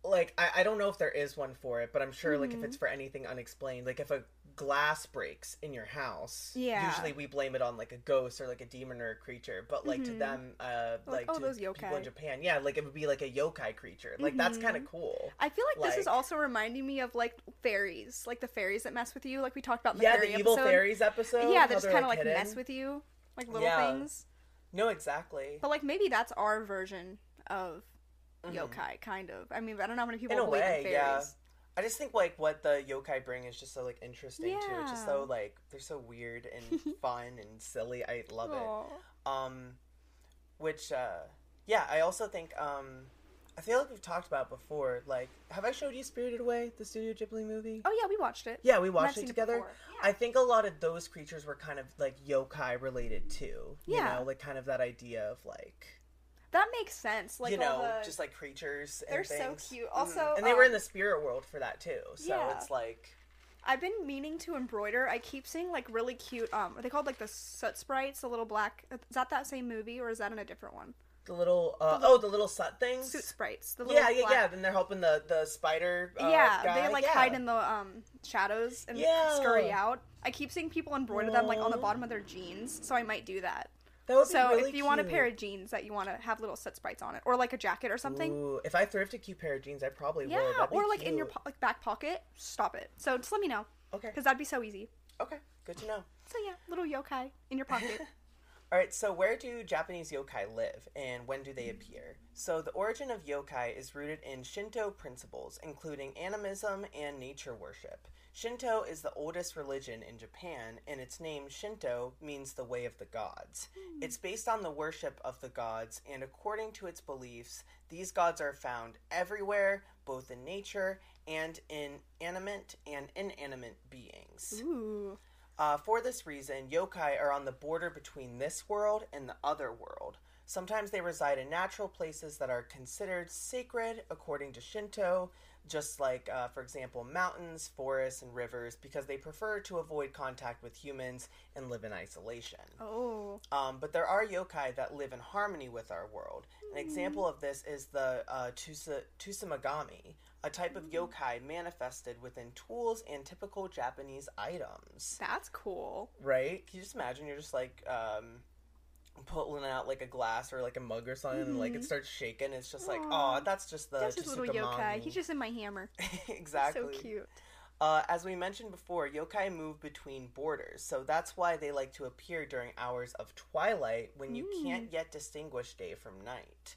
[SPEAKER 2] like I, I don't know if there is one for it, but I'm sure like if
[SPEAKER 1] Mm-hmm.
[SPEAKER 2] it's for anything unexplained, like if a glass breaks in your house,
[SPEAKER 1] Yeah.
[SPEAKER 2] usually we blame it on like a ghost or like a demon or a creature. But like to them, uh,
[SPEAKER 1] Mm-hmm. Like,
[SPEAKER 2] like,
[SPEAKER 1] oh,
[SPEAKER 2] to
[SPEAKER 1] those
[SPEAKER 2] people
[SPEAKER 1] yokai. Mm-hmm.
[SPEAKER 2] in Japan, yeah, like it would be like a yokai creature. Like that's kind of cool.
[SPEAKER 1] I feel like, this is
[SPEAKER 2] Like-
[SPEAKER 1] also reminding me of like fairies, like the fairies that mess with you, like we talked about in the
[SPEAKER 2] yeah,
[SPEAKER 1] fairy
[SPEAKER 2] the evil
[SPEAKER 1] episode.
[SPEAKER 2] fairies episode.
[SPEAKER 1] yeah,
[SPEAKER 2] how
[SPEAKER 1] they just
[SPEAKER 2] they're,
[SPEAKER 1] kind of like,
[SPEAKER 2] hidden.
[SPEAKER 1] mess with you, like little
[SPEAKER 2] Yeah.
[SPEAKER 1] things.
[SPEAKER 2] No, exactly.
[SPEAKER 1] But like maybe that's our version of yokai, kind of. I mean, I don't know how many people
[SPEAKER 2] Mm-hmm. In a
[SPEAKER 1] believe in
[SPEAKER 2] way,
[SPEAKER 1] fairies.
[SPEAKER 2] yeah. I just think like what the yokai bring is just so like interesting too. It's just
[SPEAKER 1] Yeah.
[SPEAKER 2] so like they're so weird and fun and silly. I love it.
[SPEAKER 1] Aw.
[SPEAKER 2] um which uh yeah i also think um i feel like we've talked about before like have i showed you spirited away the studio ghibli movie
[SPEAKER 1] Oh yeah, we watched it.
[SPEAKER 2] yeah we watched
[SPEAKER 1] seen
[SPEAKER 2] it
[SPEAKER 1] it
[SPEAKER 2] together
[SPEAKER 1] before.
[SPEAKER 2] i think a lot of those creatures were kind of like yokai related too
[SPEAKER 1] Yeah.
[SPEAKER 2] you know like kind of that idea of like
[SPEAKER 1] That makes sense. Like
[SPEAKER 2] you
[SPEAKER 1] all
[SPEAKER 2] know
[SPEAKER 1] the-
[SPEAKER 2] just like creatures and
[SPEAKER 1] They're so
[SPEAKER 2] things. Mm-hmm.
[SPEAKER 1] cute. Also,
[SPEAKER 2] and they were
[SPEAKER 1] um,
[SPEAKER 2] in the spirit world for that too so
[SPEAKER 1] yeah.
[SPEAKER 2] it's like
[SPEAKER 1] I've been meaning to embroider. I keep seeing like really cute. Um, are they called like the soot sprites? The little black. Is that that same movie or is that in a different one?
[SPEAKER 2] the little uh, oh the little sut things
[SPEAKER 1] Soot sprites. The little
[SPEAKER 2] yeah yeah
[SPEAKER 1] black-
[SPEAKER 2] yeah then they're helping the the spider uh,
[SPEAKER 1] yeah,
[SPEAKER 2] guy.
[SPEAKER 1] they like
[SPEAKER 2] Yeah.
[SPEAKER 1] hide in the um, shadows and
[SPEAKER 2] Yeah.
[SPEAKER 1] scurry out. I keep seeing people embroider them like on the
[SPEAKER 2] Aw.
[SPEAKER 1] bottom of their jeans, so I might do that.
[SPEAKER 2] that would be
[SPEAKER 1] So
[SPEAKER 2] really
[SPEAKER 1] if you want a
[SPEAKER 2] cute.
[SPEAKER 1] pair of jeans that you want to have little set sprites on it, or like a jacket or something,
[SPEAKER 2] Ooh, if I thrift a cute pair of jeans, I probably
[SPEAKER 1] yeah,
[SPEAKER 2] will. That'd be
[SPEAKER 1] or like in your
[SPEAKER 2] cute.
[SPEAKER 1] po- like back pocket, stop it. So just let me know,
[SPEAKER 2] Okay.
[SPEAKER 1] because that'd be so easy.
[SPEAKER 2] Okay. Good to know.
[SPEAKER 1] So yeah, little yokai in your pocket.
[SPEAKER 2] All right. So where do Japanese yokai live, and when do they appear? So the origin of yokai is rooted in Shinto principles, including animism and nature worship. Shinto is the oldest religion in Japan, and its name, Shinto, means the way of the gods. It's based on the worship of the gods, and according to its beliefs, these gods are found everywhere, both in nature and in animate and inanimate beings.
[SPEAKER 1] Ooh.
[SPEAKER 2] Uh, for this reason, yokai are on the border between this world and the other world. Sometimes they reside in natural places that are considered sacred according to Shinto, just like, uh, for example, mountains, forests, and rivers, because they prefer to avoid contact with humans and live in isolation.
[SPEAKER 1] Oh.
[SPEAKER 2] Um, but there are yokai that live in harmony with our world. An example of this is the uh, Tusa, Tsusamagami, a type of yokai manifested within tools and typical Japanese items.
[SPEAKER 1] That's cool.
[SPEAKER 2] Right? Can you just imagine you're just like um, pulling out like a glass or like a mug or something, and like it starts shaking? It's just like,
[SPEAKER 1] Mm-hmm. Aw.
[SPEAKER 2] oh, that's just the
[SPEAKER 1] That's his little yokai.
[SPEAKER 2] Tsusamagami."
[SPEAKER 1] He's just in my hammer.
[SPEAKER 2] exactly
[SPEAKER 1] So cute.
[SPEAKER 2] uh, as we mentioned before, yokai move between borders, so that's why they like to appear during hours of twilight when you
[SPEAKER 1] Mm.
[SPEAKER 2] can't yet distinguish day from night.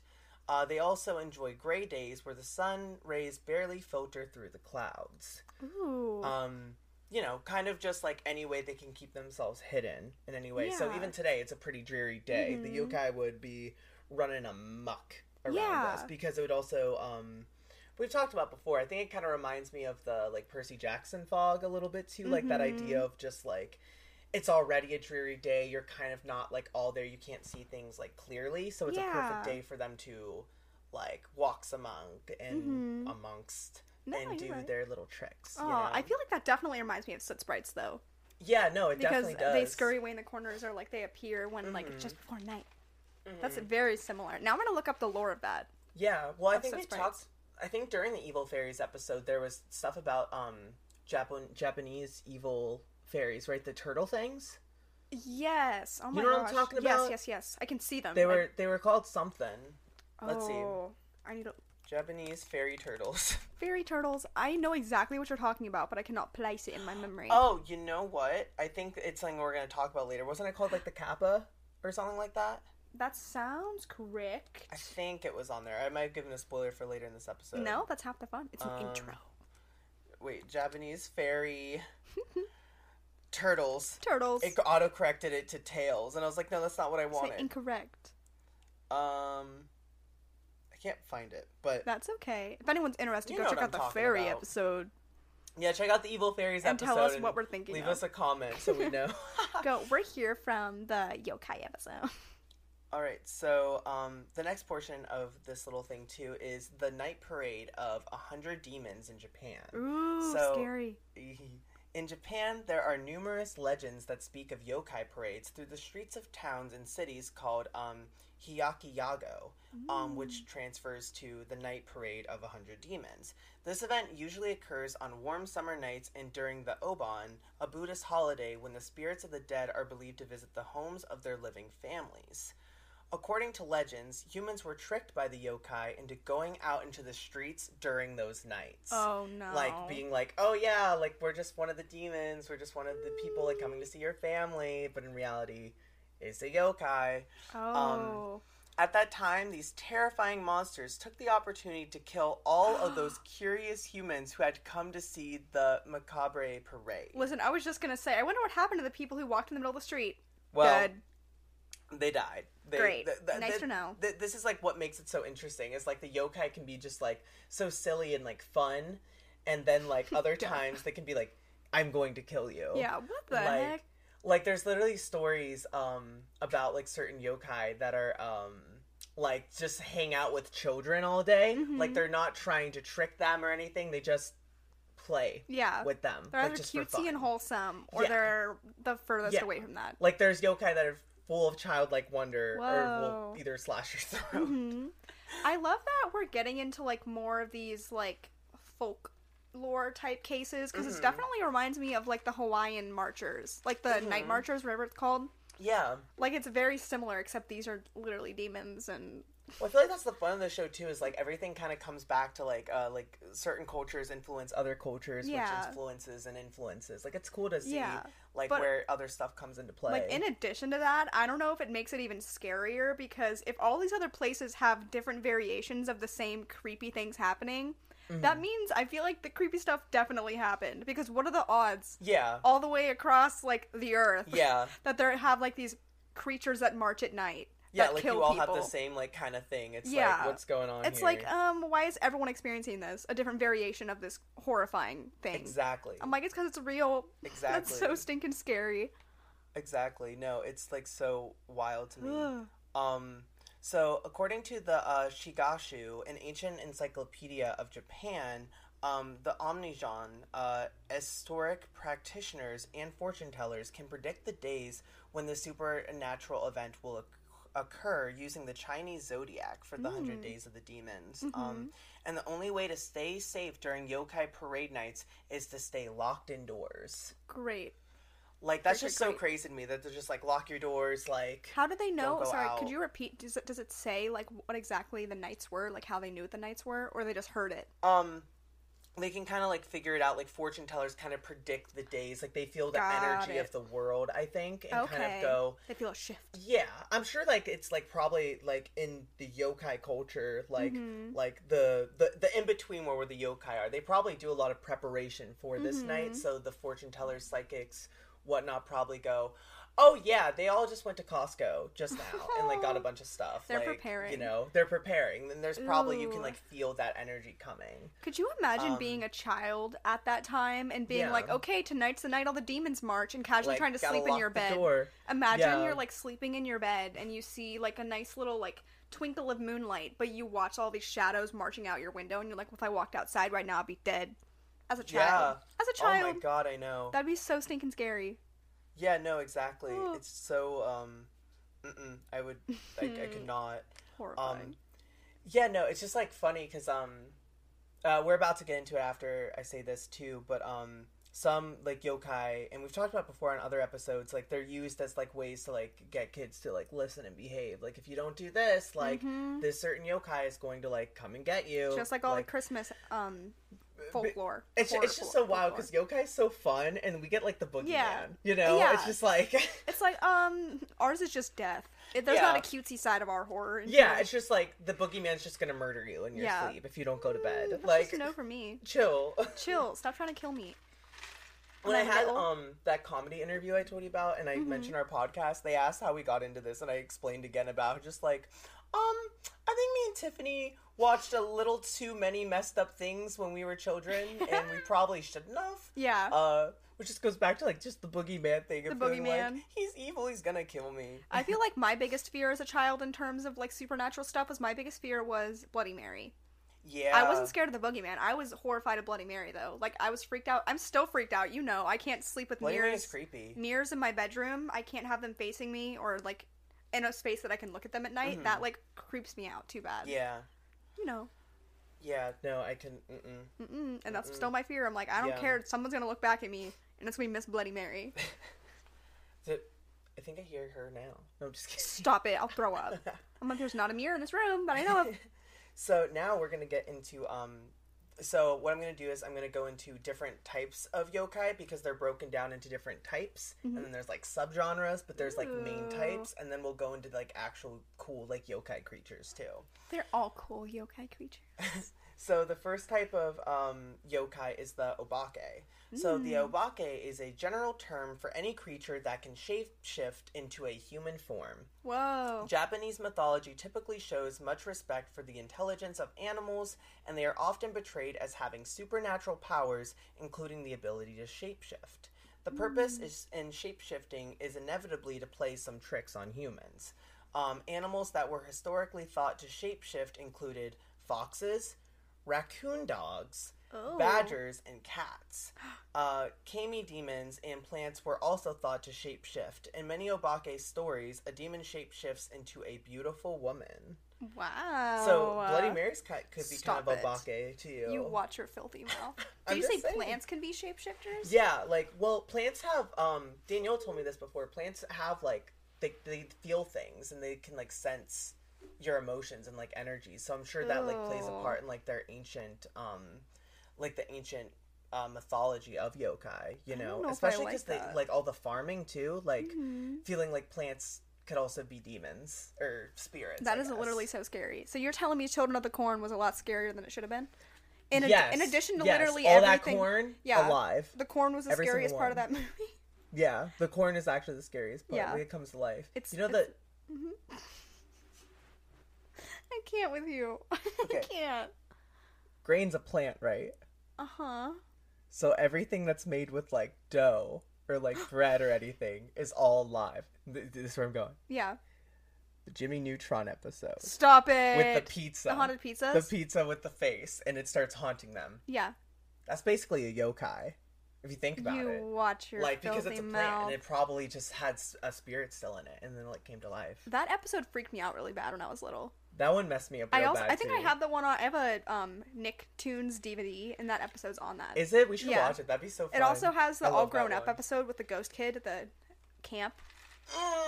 [SPEAKER 2] Uh, they also enjoy gray days where the sun rays barely filter through the clouds.
[SPEAKER 1] Ooh.
[SPEAKER 2] Um, you know, kind of just like any way they can keep themselves hidden in any way. So
[SPEAKER 1] Yeah.
[SPEAKER 2] even today, it's a pretty dreary day. The
[SPEAKER 1] Mhm.
[SPEAKER 2] yokai would be running amok around
[SPEAKER 1] Yeah.
[SPEAKER 2] us because it would also. Um, we've talked about before. I think it kind of reminds me of the like Percy Jackson fog a little bit too, like that
[SPEAKER 1] Mhm.
[SPEAKER 2] idea of just like. It's already a dreary day. You're kind of not like all there. You can't see things like clearly. So it's a
[SPEAKER 1] Yeah.
[SPEAKER 2] perfect day for them to like walks among and
[SPEAKER 1] Mhm.
[SPEAKER 2] amongst
[SPEAKER 1] no,
[SPEAKER 2] and do
[SPEAKER 1] you're right.
[SPEAKER 2] their little tricks. you
[SPEAKER 1] Aw,
[SPEAKER 2] know?
[SPEAKER 1] I feel like that definitely reminds me of soot sprites though,
[SPEAKER 2] Yeah, no, it
[SPEAKER 1] because
[SPEAKER 2] definitely does.
[SPEAKER 1] they scurry away in the corners or like they appear when like it's
[SPEAKER 2] Mhm.
[SPEAKER 1] just before night.
[SPEAKER 2] Mhm.
[SPEAKER 1] That's very similar. Now I'm gonna look up the lore of that.
[SPEAKER 2] yeah. Well, I
[SPEAKER 1] of
[SPEAKER 2] think we
[SPEAKER 1] Soot
[SPEAKER 2] talked. I think during the evil fairies episode, there was stuff about um Japan Japanese evil fairies, right? The turtle things.
[SPEAKER 1] Yes. Oh my
[SPEAKER 2] know what
[SPEAKER 1] gosh.
[SPEAKER 2] I'm talking about?
[SPEAKER 1] Yes, yes, yes. I can see them.
[SPEAKER 2] They
[SPEAKER 1] I-
[SPEAKER 2] were they were called something. let's see.
[SPEAKER 1] oh, I need a,
[SPEAKER 2] Japanese fairy turtles.
[SPEAKER 1] fairy turtles. I know exactly what you're talking about, but I cannot place it in my memory.
[SPEAKER 2] oh, you know what? I think it's something we're gonna talk about later. Wasn't it called like the Kappa or something like that?
[SPEAKER 1] That sounds correct.
[SPEAKER 2] I think it was on there. I might have given a spoiler for later in this episode.
[SPEAKER 1] no, that's half the fun. It's an
[SPEAKER 2] um,
[SPEAKER 1] intro.
[SPEAKER 2] Wait, Japanese fairy turtles.
[SPEAKER 1] Turtles.
[SPEAKER 2] It auto corrected it to tails, and I was like, no, that's not what I
[SPEAKER 1] Say
[SPEAKER 2] wanted.
[SPEAKER 1] incorrect.
[SPEAKER 2] Um, I can't find it, but
[SPEAKER 1] That's okay. If anyone's interested,
[SPEAKER 2] You
[SPEAKER 1] go
[SPEAKER 2] know
[SPEAKER 1] check
[SPEAKER 2] what
[SPEAKER 1] out
[SPEAKER 2] I'm
[SPEAKER 1] the
[SPEAKER 2] talking
[SPEAKER 1] fairy
[SPEAKER 2] about.
[SPEAKER 1] episode.
[SPEAKER 2] yeah, check out the Evil Fairies
[SPEAKER 1] And
[SPEAKER 2] episode
[SPEAKER 1] tell us
[SPEAKER 2] and
[SPEAKER 1] what we're thinking
[SPEAKER 2] Leave
[SPEAKER 1] of.
[SPEAKER 2] us a comment so we know.
[SPEAKER 1] Go. We're here from the yokai episode.
[SPEAKER 2] All right, so um, the next portion of this little thing too is the night parade of a hundred demons in Japan.
[SPEAKER 1] Ooh,
[SPEAKER 2] So-
[SPEAKER 1] scary.
[SPEAKER 2] In Japan, there are numerous legends that speak of yokai parades through the streets of towns and cities called um, Hiyakiyago, um, which transfers to the Night Parade of a Hundred Demons. This event usually occurs on warm summer nights and during the Obon, a Buddhist holiday when the spirits of the dead are believed to visit the homes of their living families. According to legends, humans were tricked by the yokai into going out into the streets during those nights
[SPEAKER 1] Oh no.
[SPEAKER 2] like being like, oh yeah, like we're just one of the demons, we're just one of the people like coming to see your family, but in reality, it's a yokai. um,
[SPEAKER 1] Oh.
[SPEAKER 2] At that time, these terrifying monsters took the opportunity to kill all of those curious humans who had come to see the macabre parade.
[SPEAKER 1] Listen, I was just gonna say. I wonder what happened to the people who walked in the middle of the street.
[SPEAKER 2] well,
[SPEAKER 1] Dead.
[SPEAKER 2] they died. They,
[SPEAKER 1] Great.
[SPEAKER 2] th- th-
[SPEAKER 1] nice
[SPEAKER 2] th-
[SPEAKER 1] to know.
[SPEAKER 2] th- this is like what makes it so interesting is like the yokai can be just like so silly and like fun, and then like other
[SPEAKER 1] Dumb.
[SPEAKER 2] times they can be like, I'm going to kill you.
[SPEAKER 1] yeah. What the
[SPEAKER 2] like,
[SPEAKER 1] heck?
[SPEAKER 2] like there's literally stories um about like certain yokai that are um like just hang out with children all day
[SPEAKER 1] Mhm.
[SPEAKER 2] like they're not trying to trick them or anything they just play
[SPEAKER 1] Yeah.
[SPEAKER 2] with them
[SPEAKER 1] They're
[SPEAKER 2] like,
[SPEAKER 1] either
[SPEAKER 2] just for
[SPEAKER 1] cutesy and
[SPEAKER 2] fun.
[SPEAKER 1] wholesome, or
[SPEAKER 2] Yeah.
[SPEAKER 1] they're the furthest
[SPEAKER 2] Yeah.
[SPEAKER 1] away from that.
[SPEAKER 2] like there's yokai that are full of childlike wonder or
[SPEAKER 1] Whoa.
[SPEAKER 2] will either slash your throat
[SPEAKER 1] hmm I love that we're getting into like more of these like folklore type cases because it
[SPEAKER 2] Mhm.
[SPEAKER 1] definitely reminds me of like the Hawaiian marchers, like the night
[SPEAKER 2] Mhm.
[SPEAKER 1] marchers, whatever it's called.
[SPEAKER 2] yeah
[SPEAKER 1] Like it's very similar, except these are literally demons and
[SPEAKER 2] Well, I feel like that's the fun of the show too. Is like everything kind of comes back to like uh like certain cultures influence other cultures,
[SPEAKER 1] Yeah.
[SPEAKER 2] which influences and influences. Like it's cool to see
[SPEAKER 1] Yeah.
[SPEAKER 2] like
[SPEAKER 1] But-
[SPEAKER 2] where other stuff comes into play.
[SPEAKER 1] like in addition to that, I don't know if it makes it even scarier because if all these other places have different variations of the same creepy things happening,
[SPEAKER 2] Mm-hmm.
[SPEAKER 1] That means I feel like the creepy stuff definitely happened because what are the odds
[SPEAKER 2] Yeah.
[SPEAKER 1] all the way across like the earth
[SPEAKER 2] Yeah.
[SPEAKER 1] that there have like these creatures that march at night
[SPEAKER 2] Yeah,
[SPEAKER 1] that
[SPEAKER 2] like
[SPEAKER 1] kill
[SPEAKER 2] you all
[SPEAKER 1] people.
[SPEAKER 2] have the same like kind of thing. It's like
[SPEAKER 1] Yeah.
[SPEAKER 2] what's going on
[SPEAKER 1] It's
[SPEAKER 2] here?
[SPEAKER 1] like um why is everyone experiencing this? A different variation of this horrifying thing.
[SPEAKER 2] exactly.
[SPEAKER 1] I'm like it's cuz it's real.
[SPEAKER 2] exactly.
[SPEAKER 1] That's so stinking scary.
[SPEAKER 2] exactly. No, it's like so wild to me.
[SPEAKER 1] Ugh.
[SPEAKER 2] Um, so according to the uh, Shigashu, an ancient encyclopedia of Japan, um, the Omnijan, uh, historic practitioners and fortune tellers can predict the days when the supernatural event will oc- occur using the Chinese zodiac for the hundred
[SPEAKER 1] Mm.
[SPEAKER 2] days of the demons. Um, and the only way to stay safe during yokai parade nights is to stay locked indoors.
[SPEAKER 1] Great.
[SPEAKER 2] Like that's
[SPEAKER 1] Great,
[SPEAKER 2] just
[SPEAKER 1] great,
[SPEAKER 2] so
[SPEAKER 1] great.
[SPEAKER 2] crazy to me that they're just like lock your doors, like
[SPEAKER 1] How did they know?
[SPEAKER 2] go
[SPEAKER 1] Sorry,
[SPEAKER 2] out.
[SPEAKER 1] could you repeat does it, does it say like what exactly the nights were, like how they knew what the nights were or they just heard it?
[SPEAKER 2] um they can kind of like figure it out like fortune tellers kind of predict the days like they feel the
[SPEAKER 1] Got
[SPEAKER 2] energy of
[SPEAKER 1] it.
[SPEAKER 2] the world i think and kind of
[SPEAKER 1] Okay.
[SPEAKER 2] go
[SPEAKER 1] They feel a shift.
[SPEAKER 2] yeah i'm sure like it's like probably like in the yokai culture like
[SPEAKER 1] Mhm.
[SPEAKER 2] like the, the the in between where the yokai are they probably do a lot of preparation for this night
[SPEAKER 1] Mhm.
[SPEAKER 2] so the fortune tellers psychics whatnot probably go oh yeah they all just went to costco just now and like got a bunch of stuff
[SPEAKER 1] They're
[SPEAKER 2] like, you
[SPEAKER 1] preparing.
[SPEAKER 2] know they're preparing and there's probably you can
[SPEAKER 1] Ooh.
[SPEAKER 2] like feel that energy coming
[SPEAKER 1] Could you imagine
[SPEAKER 2] Um,
[SPEAKER 1] being a child at that time and being
[SPEAKER 2] yeah.
[SPEAKER 1] like, "Okay, tonight's the night all the demons march," and casually
[SPEAKER 2] like,
[SPEAKER 1] trying to
[SPEAKER 2] gotta
[SPEAKER 1] sleep in
[SPEAKER 2] lock
[SPEAKER 1] your
[SPEAKER 2] the
[SPEAKER 1] bed?
[SPEAKER 2] door.
[SPEAKER 1] Imagine
[SPEAKER 2] Yeah.
[SPEAKER 1] you're like sleeping in your bed and you see like a nice little like twinkle of moonlight, but you watch all these shadows marching out your window, and you're like, well, "If I walked outside right now, I'd be dead." As a child, as a
[SPEAKER 2] Oh
[SPEAKER 1] child,
[SPEAKER 2] my god, I know.
[SPEAKER 1] that'd be so stinking scary.
[SPEAKER 2] yeah, no, exactly.
[SPEAKER 1] Ugh.
[SPEAKER 2] It's so um mm-mm, I would I, I could not.
[SPEAKER 1] Horrifying.
[SPEAKER 2] Um Yeah, no, it's just like funny cuz um uh we're about to get into it after I say this too, but um some like yokai and we've talked about before on other episodes like they're used as like ways to like get kids to like listen and behave. Like if you don't do this, like
[SPEAKER 1] Mhm.
[SPEAKER 2] this certain yokai is going to like come and get you.
[SPEAKER 1] just like all the Christmas um
[SPEAKER 2] b-
[SPEAKER 1] folklore.
[SPEAKER 2] It's,
[SPEAKER 1] horror
[SPEAKER 2] it's just so
[SPEAKER 1] fol-
[SPEAKER 2] wild
[SPEAKER 1] folklore.
[SPEAKER 2] because yokai is so fun, and we get like the boogeyman.
[SPEAKER 1] Yeah.
[SPEAKER 2] You know,
[SPEAKER 1] Yeah.
[SPEAKER 2] it's just like
[SPEAKER 1] It's like um ours is just death. It, there's
[SPEAKER 2] Yeah.
[SPEAKER 1] not a cutesy side of our horror. and
[SPEAKER 2] yeah,
[SPEAKER 1] shit.
[SPEAKER 2] it's just like the boogeyman's just gonna murder you in your
[SPEAKER 1] Yeah.
[SPEAKER 2] sleep if you don't go to bed.
[SPEAKER 1] Mm, that's
[SPEAKER 2] like
[SPEAKER 1] just a no for me.
[SPEAKER 2] chill.
[SPEAKER 1] Chill. Stop trying to kill me.
[SPEAKER 2] when I
[SPEAKER 1] I'm
[SPEAKER 2] had
[SPEAKER 1] little.
[SPEAKER 2] um that comedy interview I told you about, and I
[SPEAKER 1] Mm-hmm.
[SPEAKER 2] mentioned our podcast, they asked how we got into this, and I explained again about just like, um, I think me and Tiffany watched a little too many messed up things when we were children, and we probably shouldn't have.
[SPEAKER 1] yeah.
[SPEAKER 2] Uh, which just goes back to like just the boogeyman thing.
[SPEAKER 1] The
[SPEAKER 2] of feeling Like,
[SPEAKER 1] boogeyman.
[SPEAKER 2] he's evil. He's gonna kill me.
[SPEAKER 1] I feel like my biggest fear as a child in terms of like supernatural stuff was my biggest fear was Bloody Mary.
[SPEAKER 2] Yeah.
[SPEAKER 1] I wasn't scared of the boogeyman. I was horrified of Bloody Mary though. Like I was freaked out. I'm still freaked out. You know, I can't sleep with
[SPEAKER 2] Bloody Mary is
[SPEAKER 1] mirrors.
[SPEAKER 2] creepy.
[SPEAKER 1] Mirrors in my bedroom. I can't have them facing me or like in a space that I can look at them at night.
[SPEAKER 2] Mhm.
[SPEAKER 1] That like creeps me out too bad.
[SPEAKER 2] Yeah.
[SPEAKER 1] You know.
[SPEAKER 2] Yeah. No, I can. Mm-mm.
[SPEAKER 1] Mm-mm. And that's
[SPEAKER 2] Mm-mm.
[SPEAKER 1] still my fear. I'm like, I don't
[SPEAKER 2] Yeah.
[SPEAKER 1] care. Someone's gonna look back at me and it's gonna be Miss Bloody Mary.
[SPEAKER 2] Is it- I think I hear her now. No, I'm just kidding.
[SPEAKER 1] Stop it. I'll throw up. I'm like, there's not a mirror in this room, but I know of.
[SPEAKER 2] So now we're gonna get into um. So what I'm gonna do is I'm gonna go into different types of yokai because they're broken down into different types, and then there's like subgenres, but there's like main
[SPEAKER 1] Mm-hmm. Ooh.
[SPEAKER 2] types, and then we'll go into like actual cool like yokai creatures too.
[SPEAKER 1] They're all cool yokai creatures.
[SPEAKER 2] So the first type of um, yokai is the obake. So the obake is a general term for any creature that can shape shift into a human form.
[SPEAKER 1] Whoa.
[SPEAKER 2] Japanese mythology typically shows much respect for the intelligence of animals, and they are often portrayed as having supernatural powers, including the ability to shapeshift. The purpose is in shapeshifting is inevitably to play some tricks on humans. Um, animals that were historically thought to shapeshift included foxes, raccoon dogs,
[SPEAKER 1] Oh.
[SPEAKER 2] badgers, and cats. Uh, kami demons and plants were also thought to shapeshift. In many Obake stories, a demon shapeshifts into a beautiful woman.
[SPEAKER 1] Wow.
[SPEAKER 2] so Bloody Mary's cut could be kind
[SPEAKER 1] Oh, uh, stop it.
[SPEAKER 2] of Obake to you.
[SPEAKER 1] You watch your filthy mouth.
[SPEAKER 2] I'm
[SPEAKER 1] Did you
[SPEAKER 2] just
[SPEAKER 1] say
[SPEAKER 2] saying.
[SPEAKER 1] plants can be shapeshifters?
[SPEAKER 2] yeah, like well, plants have. Um, Danielle told me this before. Plants have like they they feel things and they can like sense your emotions and like energy. So I'm sure that like plays a
[SPEAKER 1] Ooh.
[SPEAKER 2] part in like their ancient um, like the ancient. Uh, mythology of yokai, you
[SPEAKER 1] don't know
[SPEAKER 2] know,
[SPEAKER 1] if I
[SPEAKER 2] especially
[SPEAKER 1] like
[SPEAKER 2] because they
[SPEAKER 1] that.
[SPEAKER 2] like all the farming too, like
[SPEAKER 1] Mhm.
[SPEAKER 2] feeling like plants could also be demons or spirits.
[SPEAKER 1] That
[SPEAKER 2] I
[SPEAKER 1] is
[SPEAKER 2] guess.
[SPEAKER 1] literally so scary. So you're telling me Children of the Corn was a lot scarier than it should have been? In, ad-
[SPEAKER 2] yes,
[SPEAKER 1] in addition to
[SPEAKER 2] yes,
[SPEAKER 1] literally
[SPEAKER 2] all
[SPEAKER 1] everything,
[SPEAKER 2] that corn
[SPEAKER 1] Yeah.
[SPEAKER 2] alive.
[SPEAKER 1] the corn was the
[SPEAKER 2] every single
[SPEAKER 1] scariest part of that
[SPEAKER 2] one.
[SPEAKER 1] movie.
[SPEAKER 2] Yeah, the corn is actually the scariest part
[SPEAKER 1] Yeah.
[SPEAKER 2] when it comes to life.
[SPEAKER 1] It's-
[SPEAKER 2] you know
[SPEAKER 1] it's-
[SPEAKER 2] that
[SPEAKER 1] I can't with you.
[SPEAKER 2] Okay.
[SPEAKER 1] I can't.
[SPEAKER 2] grain's a plant, right?
[SPEAKER 1] Uh huh.
[SPEAKER 2] So everything that's made with like dough or like bread or anything is all alive. Th- This is where I'm going.
[SPEAKER 1] Yeah.
[SPEAKER 2] The Jimmy Neutron episode
[SPEAKER 1] Stop it.
[SPEAKER 2] with the pizza,
[SPEAKER 1] The haunted pizzas.
[SPEAKER 2] the pizza with the face, and it starts haunting them.
[SPEAKER 1] yeah.
[SPEAKER 2] That's basically a yokai, if you think about
[SPEAKER 1] You
[SPEAKER 2] it.
[SPEAKER 1] watch your
[SPEAKER 2] Like
[SPEAKER 1] filthy
[SPEAKER 2] because it's a plant,
[SPEAKER 1] mouth.
[SPEAKER 2] and it probably just had s- a spirit still in it, and then like came to life.
[SPEAKER 1] That episode freaked me out really bad when I was little.
[SPEAKER 2] That one messed me up. Real
[SPEAKER 1] I also
[SPEAKER 2] bad,
[SPEAKER 1] I think I
[SPEAKER 2] too.
[SPEAKER 1] have the one on I have a um Nicktoons DVD and that episode's on that.
[SPEAKER 2] Is it? We should
[SPEAKER 1] Yeah.
[SPEAKER 2] watch it. That'd be so fun.
[SPEAKER 1] it also has the
[SPEAKER 2] I
[SPEAKER 1] all
[SPEAKER 2] love that
[SPEAKER 1] grown up
[SPEAKER 2] one.
[SPEAKER 1] episode with the ghost kid at the camp,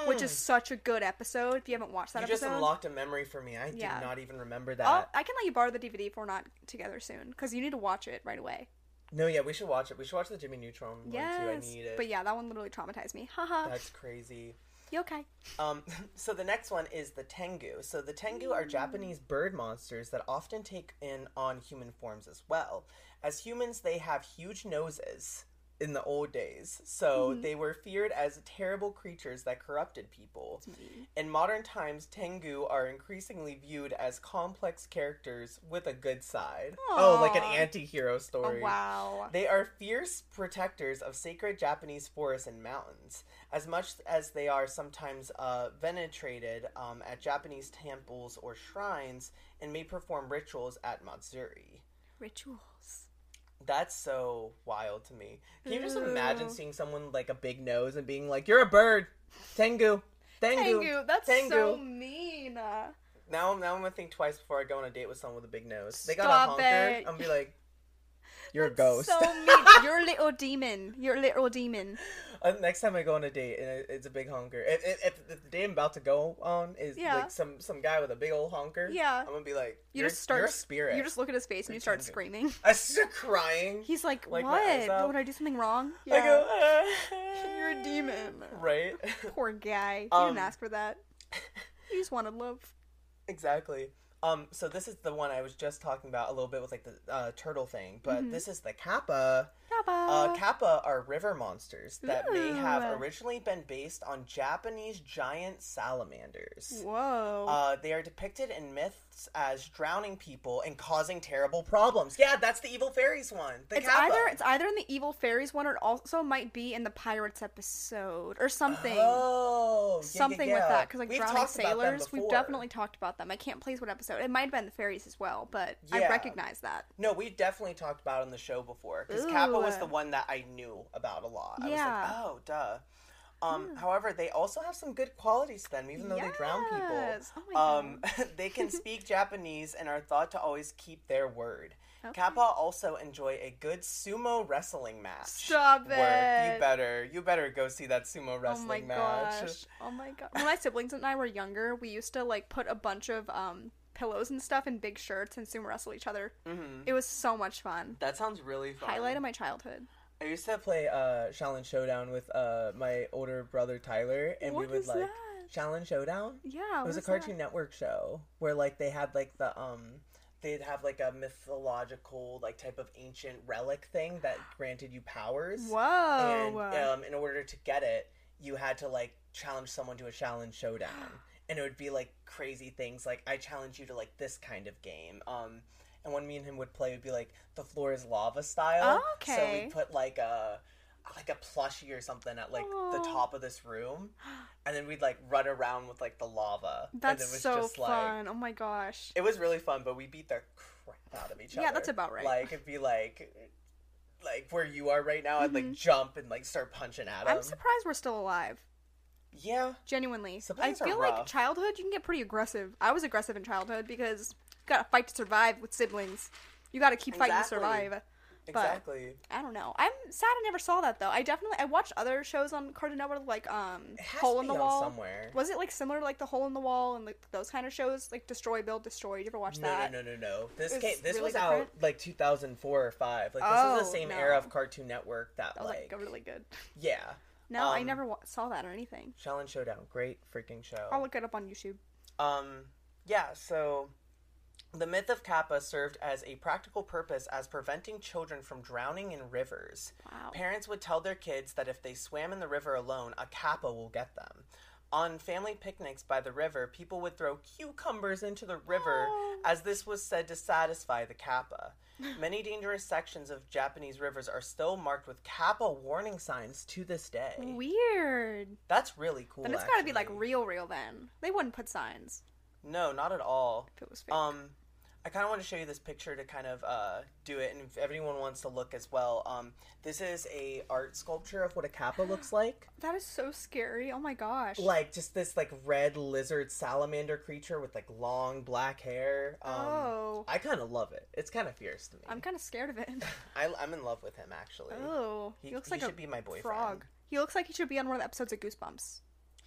[SPEAKER 1] which is such a good episode. If you haven't watched that
[SPEAKER 2] Mm. you just
[SPEAKER 1] episode,
[SPEAKER 2] unlocked a memory for me. I
[SPEAKER 1] Yeah. Oh,
[SPEAKER 2] did not even remember that.
[SPEAKER 1] I'll, I can let you borrow the DVD if we're not together soon because you need to watch it right away.
[SPEAKER 2] No, yeah, we should watch it. We should watch the Jimmy Neutron one too. I
[SPEAKER 1] Yes,
[SPEAKER 2] need it.
[SPEAKER 1] but yeah, that one literally traumatized me. Haha,
[SPEAKER 2] That's crazy.
[SPEAKER 1] you okay?
[SPEAKER 2] Um, so the next one is the Tengu. So the Tengu are Japanese bird monsters that often take in on human forms as well. As humans, they have huge noses in the old days, so
[SPEAKER 1] Mm-hmm.
[SPEAKER 2] they were feared as terrible creatures that corrupted people.
[SPEAKER 1] Oh,
[SPEAKER 2] In modern times, Tengu are increasingly viewed as complex characters with a good side. Oh, like an
[SPEAKER 1] Aw.
[SPEAKER 2] anti-hero
[SPEAKER 1] Oh,
[SPEAKER 2] story.
[SPEAKER 1] wow.
[SPEAKER 2] They are fierce protectors of sacred Japanese forests and mountains. As much as they are sometimes uh, venerated um, at Japanese temples or shrines, and may perform rituals at Matsuri.
[SPEAKER 1] Rituals.
[SPEAKER 2] That's so wild to me. Can you just
[SPEAKER 1] Ooh.
[SPEAKER 2] imagine seeing someone with, like a big nose and being like, "You're a bird, Tengu, Tengu,
[SPEAKER 1] Tengu, that's so
[SPEAKER 2] Tengu."
[SPEAKER 1] mean. Uh,
[SPEAKER 2] Now, now I'm gonna think twice before I go on a date with someone with a big nose. They got
[SPEAKER 1] Stop
[SPEAKER 2] a honker.
[SPEAKER 1] it.
[SPEAKER 2] I'm be like, "You're a ghost."
[SPEAKER 1] So mean. You're a little demon. You're a little demon.
[SPEAKER 2] Uh, next time I go on a date and it- it's a big honker, if, if, if the date I'm about to go on is
[SPEAKER 1] Yeah.
[SPEAKER 2] like some some guy with a big old honker,
[SPEAKER 1] Yeah.
[SPEAKER 2] I'm gonna be like,
[SPEAKER 1] You
[SPEAKER 2] "You're-
[SPEAKER 1] just start.
[SPEAKER 2] you're a spirit.
[SPEAKER 1] You just look at his face and you start screaming.
[SPEAKER 2] I start crying.
[SPEAKER 1] He's like,
[SPEAKER 2] Like my
[SPEAKER 1] "What?
[SPEAKER 2] eyes out.
[SPEAKER 1] Would I do something wrong?"
[SPEAKER 2] I go, "Ah."
[SPEAKER 1] "You're a demon."
[SPEAKER 2] right?
[SPEAKER 1] Poor guy. He
[SPEAKER 2] Um,
[SPEAKER 1] didn't ask for that. He just wanted love.
[SPEAKER 2] exactly. Um, so this is the one I was just talking about a little bit with like the uh, turtle thing, but
[SPEAKER 1] Mm-hmm.
[SPEAKER 2] this is the kappa. Uh,
[SPEAKER 1] Kappa.
[SPEAKER 2] kappa are river monsters that may
[SPEAKER 1] Ooh.
[SPEAKER 2] have originally been based on Japanese giant salamanders.
[SPEAKER 1] Whoa.
[SPEAKER 2] Uh, they are depicted in myths as drowning people and causing terrible problems. Yeah, that's the evil fairies one. The
[SPEAKER 1] it's
[SPEAKER 2] Kappa.
[SPEAKER 1] either it's either in the evil fairies one, or it also might be in the pirates episode or something.
[SPEAKER 2] Oh, yeah, yeah,
[SPEAKER 1] something
[SPEAKER 2] yeah.
[SPEAKER 1] with that because like
[SPEAKER 2] We've
[SPEAKER 1] drowning
[SPEAKER 2] talked about them
[SPEAKER 1] sailors we've
[SPEAKER 2] before.
[SPEAKER 1] definitely talked about them i can't place what episode it might have been the fairies as well but
[SPEAKER 2] Yeah.
[SPEAKER 1] i recognize that
[SPEAKER 2] No, we've definitely talked about it on the show before because
[SPEAKER 1] Ooh.
[SPEAKER 2] Kappa was the one that I knew about a lot.
[SPEAKER 1] Yeah.
[SPEAKER 2] I was like, oh, duh. Um, However, they also have some good qualities to them, even though they drown people.
[SPEAKER 1] Yes. Oh my
[SPEAKER 2] um, they can speak Japanese and are thought to always keep their word. Kappa also enjoy a good sumo wrestling match.
[SPEAKER 1] Stop
[SPEAKER 2] Work. You
[SPEAKER 1] it.
[SPEAKER 2] better, you better go see that sumo
[SPEAKER 1] Oh my
[SPEAKER 2] wrestling match.
[SPEAKER 1] gosh. Oh my god. When my siblings and I were younger, we used to like put a bunch of um pillows and stuff in big shirts and sumo wrestle each other.
[SPEAKER 2] Mhm.
[SPEAKER 1] It was so much fun.
[SPEAKER 2] That sounds really fun.
[SPEAKER 1] Highlight of my childhood.
[SPEAKER 2] I used to play uh, Shaolin Showdown with uh, my older brother Tyler, and
[SPEAKER 1] What
[SPEAKER 2] we would
[SPEAKER 1] is
[SPEAKER 2] like
[SPEAKER 1] that?
[SPEAKER 2] Shaolin Showdown.
[SPEAKER 1] Yeah.
[SPEAKER 2] It was a Cartoon Network show where like they had like the um they'd have like a mythological like type of ancient relic thing that granted you powers.
[SPEAKER 1] Whoa.
[SPEAKER 2] And um, in order to get it, you had to like challenge someone to a Shaolin Showdown, and it would be like crazy things like I challenge you to like this kind of game. Um, and when me and him would play, it'd be like the floor is lava style. So
[SPEAKER 1] Oh, Okay.
[SPEAKER 2] we put like a like a plushie or something at like the
[SPEAKER 1] Aw.
[SPEAKER 2] top of this room, and then we'd like run around with like the lava.
[SPEAKER 1] That's
[SPEAKER 2] and it was
[SPEAKER 1] so
[SPEAKER 2] just like
[SPEAKER 1] fun. oh my gosh.
[SPEAKER 2] it was really fun, but we beat the crap out of each
[SPEAKER 1] Yeah,
[SPEAKER 2] other.
[SPEAKER 1] that's about right.
[SPEAKER 2] Like it'd be like, like where you are right now, I'd like jump and like start punching at him.
[SPEAKER 1] Mm-hmm. I'm surprised we're still alive.
[SPEAKER 2] yeah,
[SPEAKER 1] Genuinely.
[SPEAKER 2] Some
[SPEAKER 1] I
[SPEAKER 2] things are
[SPEAKER 1] feel
[SPEAKER 2] rough.
[SPEAKER 1] like childhood you can get pretty aggressive. I was aggressive in childhood because you gotta fight to survive with siblings. You gotta keep fighting to
[SPEAKER 2] Exactly.
[SPEAKER 1] survive.
[SPEAKER 2] exactly.
[SPEAKER 1] I don't know. I'm sad I never saw that though. I definitely I watched other shows on Cartoon Network like um
[SPEAKER 2] It has
[SPEAKER 1] Hole
[SPEAKER 2] to
[SPEAKER 1] in
[SPEAKER 2] be
[SPEAKER 1] the
[SPEAKER 2] on
[SPEAKER 1] Wall.
[SPEAKER 2] somewhere.
[SPEAKER 1] Was it like similar to like the Hole in the Wall and like those kind of shows like Destroy Build Destroy? Did you ever watch
[SPEAKER 2] No,
[SPEAKER 1] that?
[SPEAKER 2] no, no, no, no. This
[SPEAKER 1] It's
[SPEAKER 2] came, this
[SPEAKER 1] really
[SPEAKER 2] was out
[SPEAKER 1] different?
[SPEAKER 2] like 2004 or five. Like this is
[SPEAKER 1] Oh,
[SPEAKER 2] the same
[SPEAKER 1] no.
[SPEAKER 2] era of Cartoon Network that,
[SPEAKER 1] That was
[SPEAKER 2] like,
[SPEAKER 1] like, really good.
[SPEAKER 2] yeah.
[SPEAKER 1] No, I
[SPEAKER 2] Um,
[SPEAKER 1] never wa- saw that or anything.
[SPEAKER 2] Shaolin Showdown, great freaking show.
[SPEAKER 1] I'll look it up on YouTube.
[SPEAKER 2] Um, yeah. So The myth of Kappa served as a practical purpose as preventing children from drowning in rivers.
[SPEAKER 1] Wow.
[SPEAKER 2] Parents would tell their kids that if they swam in the river alone, a kappa will get them. On family picnics by the river, people would throw cucumbers into the river
[SPEAKER 1] Oh.
[SPEAKER 2] as this was said to satisfy the kappa. Many dangerous sections of Japanese rivers are still marked with kappa warning signs to this day.
[SPEAKER 1] Weird.
[SPEAKER 2] That's really cool.
[SPEAKER 1] Then it's got to be like
[SPEAKER 2] actually.
[SPEAKER 1] real, real. Then they wouldn't put signs
[SPEAKER 2] No, not at all.
[SPEAKER 1] if it was fake.
[SPEAKER 2] Um, I kind of want to show you this picture to kind of uh, do it, and if everyone wants to look as well, um, this is a art sculpture of what a kappa looks like.
[SPEAKER 1] that is so scary. Oh my gosh.
[SPEAKER 2] Like just this like red lizard salamander creature with like long black hair. Um,
[SPEAKER 1] oh,
[SPEAKER 2] I kind of love it. It's kind of fierce to me.
[SPEAKER 1] I'm kind of scared of it.
[SPEAKER 2] I, I'm in love with him actually.
[SPEAKER 1] oh,
[SPEAKER 2] He,
[SPEAKER 1] he looks
[SPEAKER 2] he
[SPEAKER 1] like
[SPEAKER 2] should
[SPEAKER 1] a
[SPEAKER 2] be my boyfriend.
[SPEAKER 1] frog. He looks like he should be on one of the episodes of Goosebumps.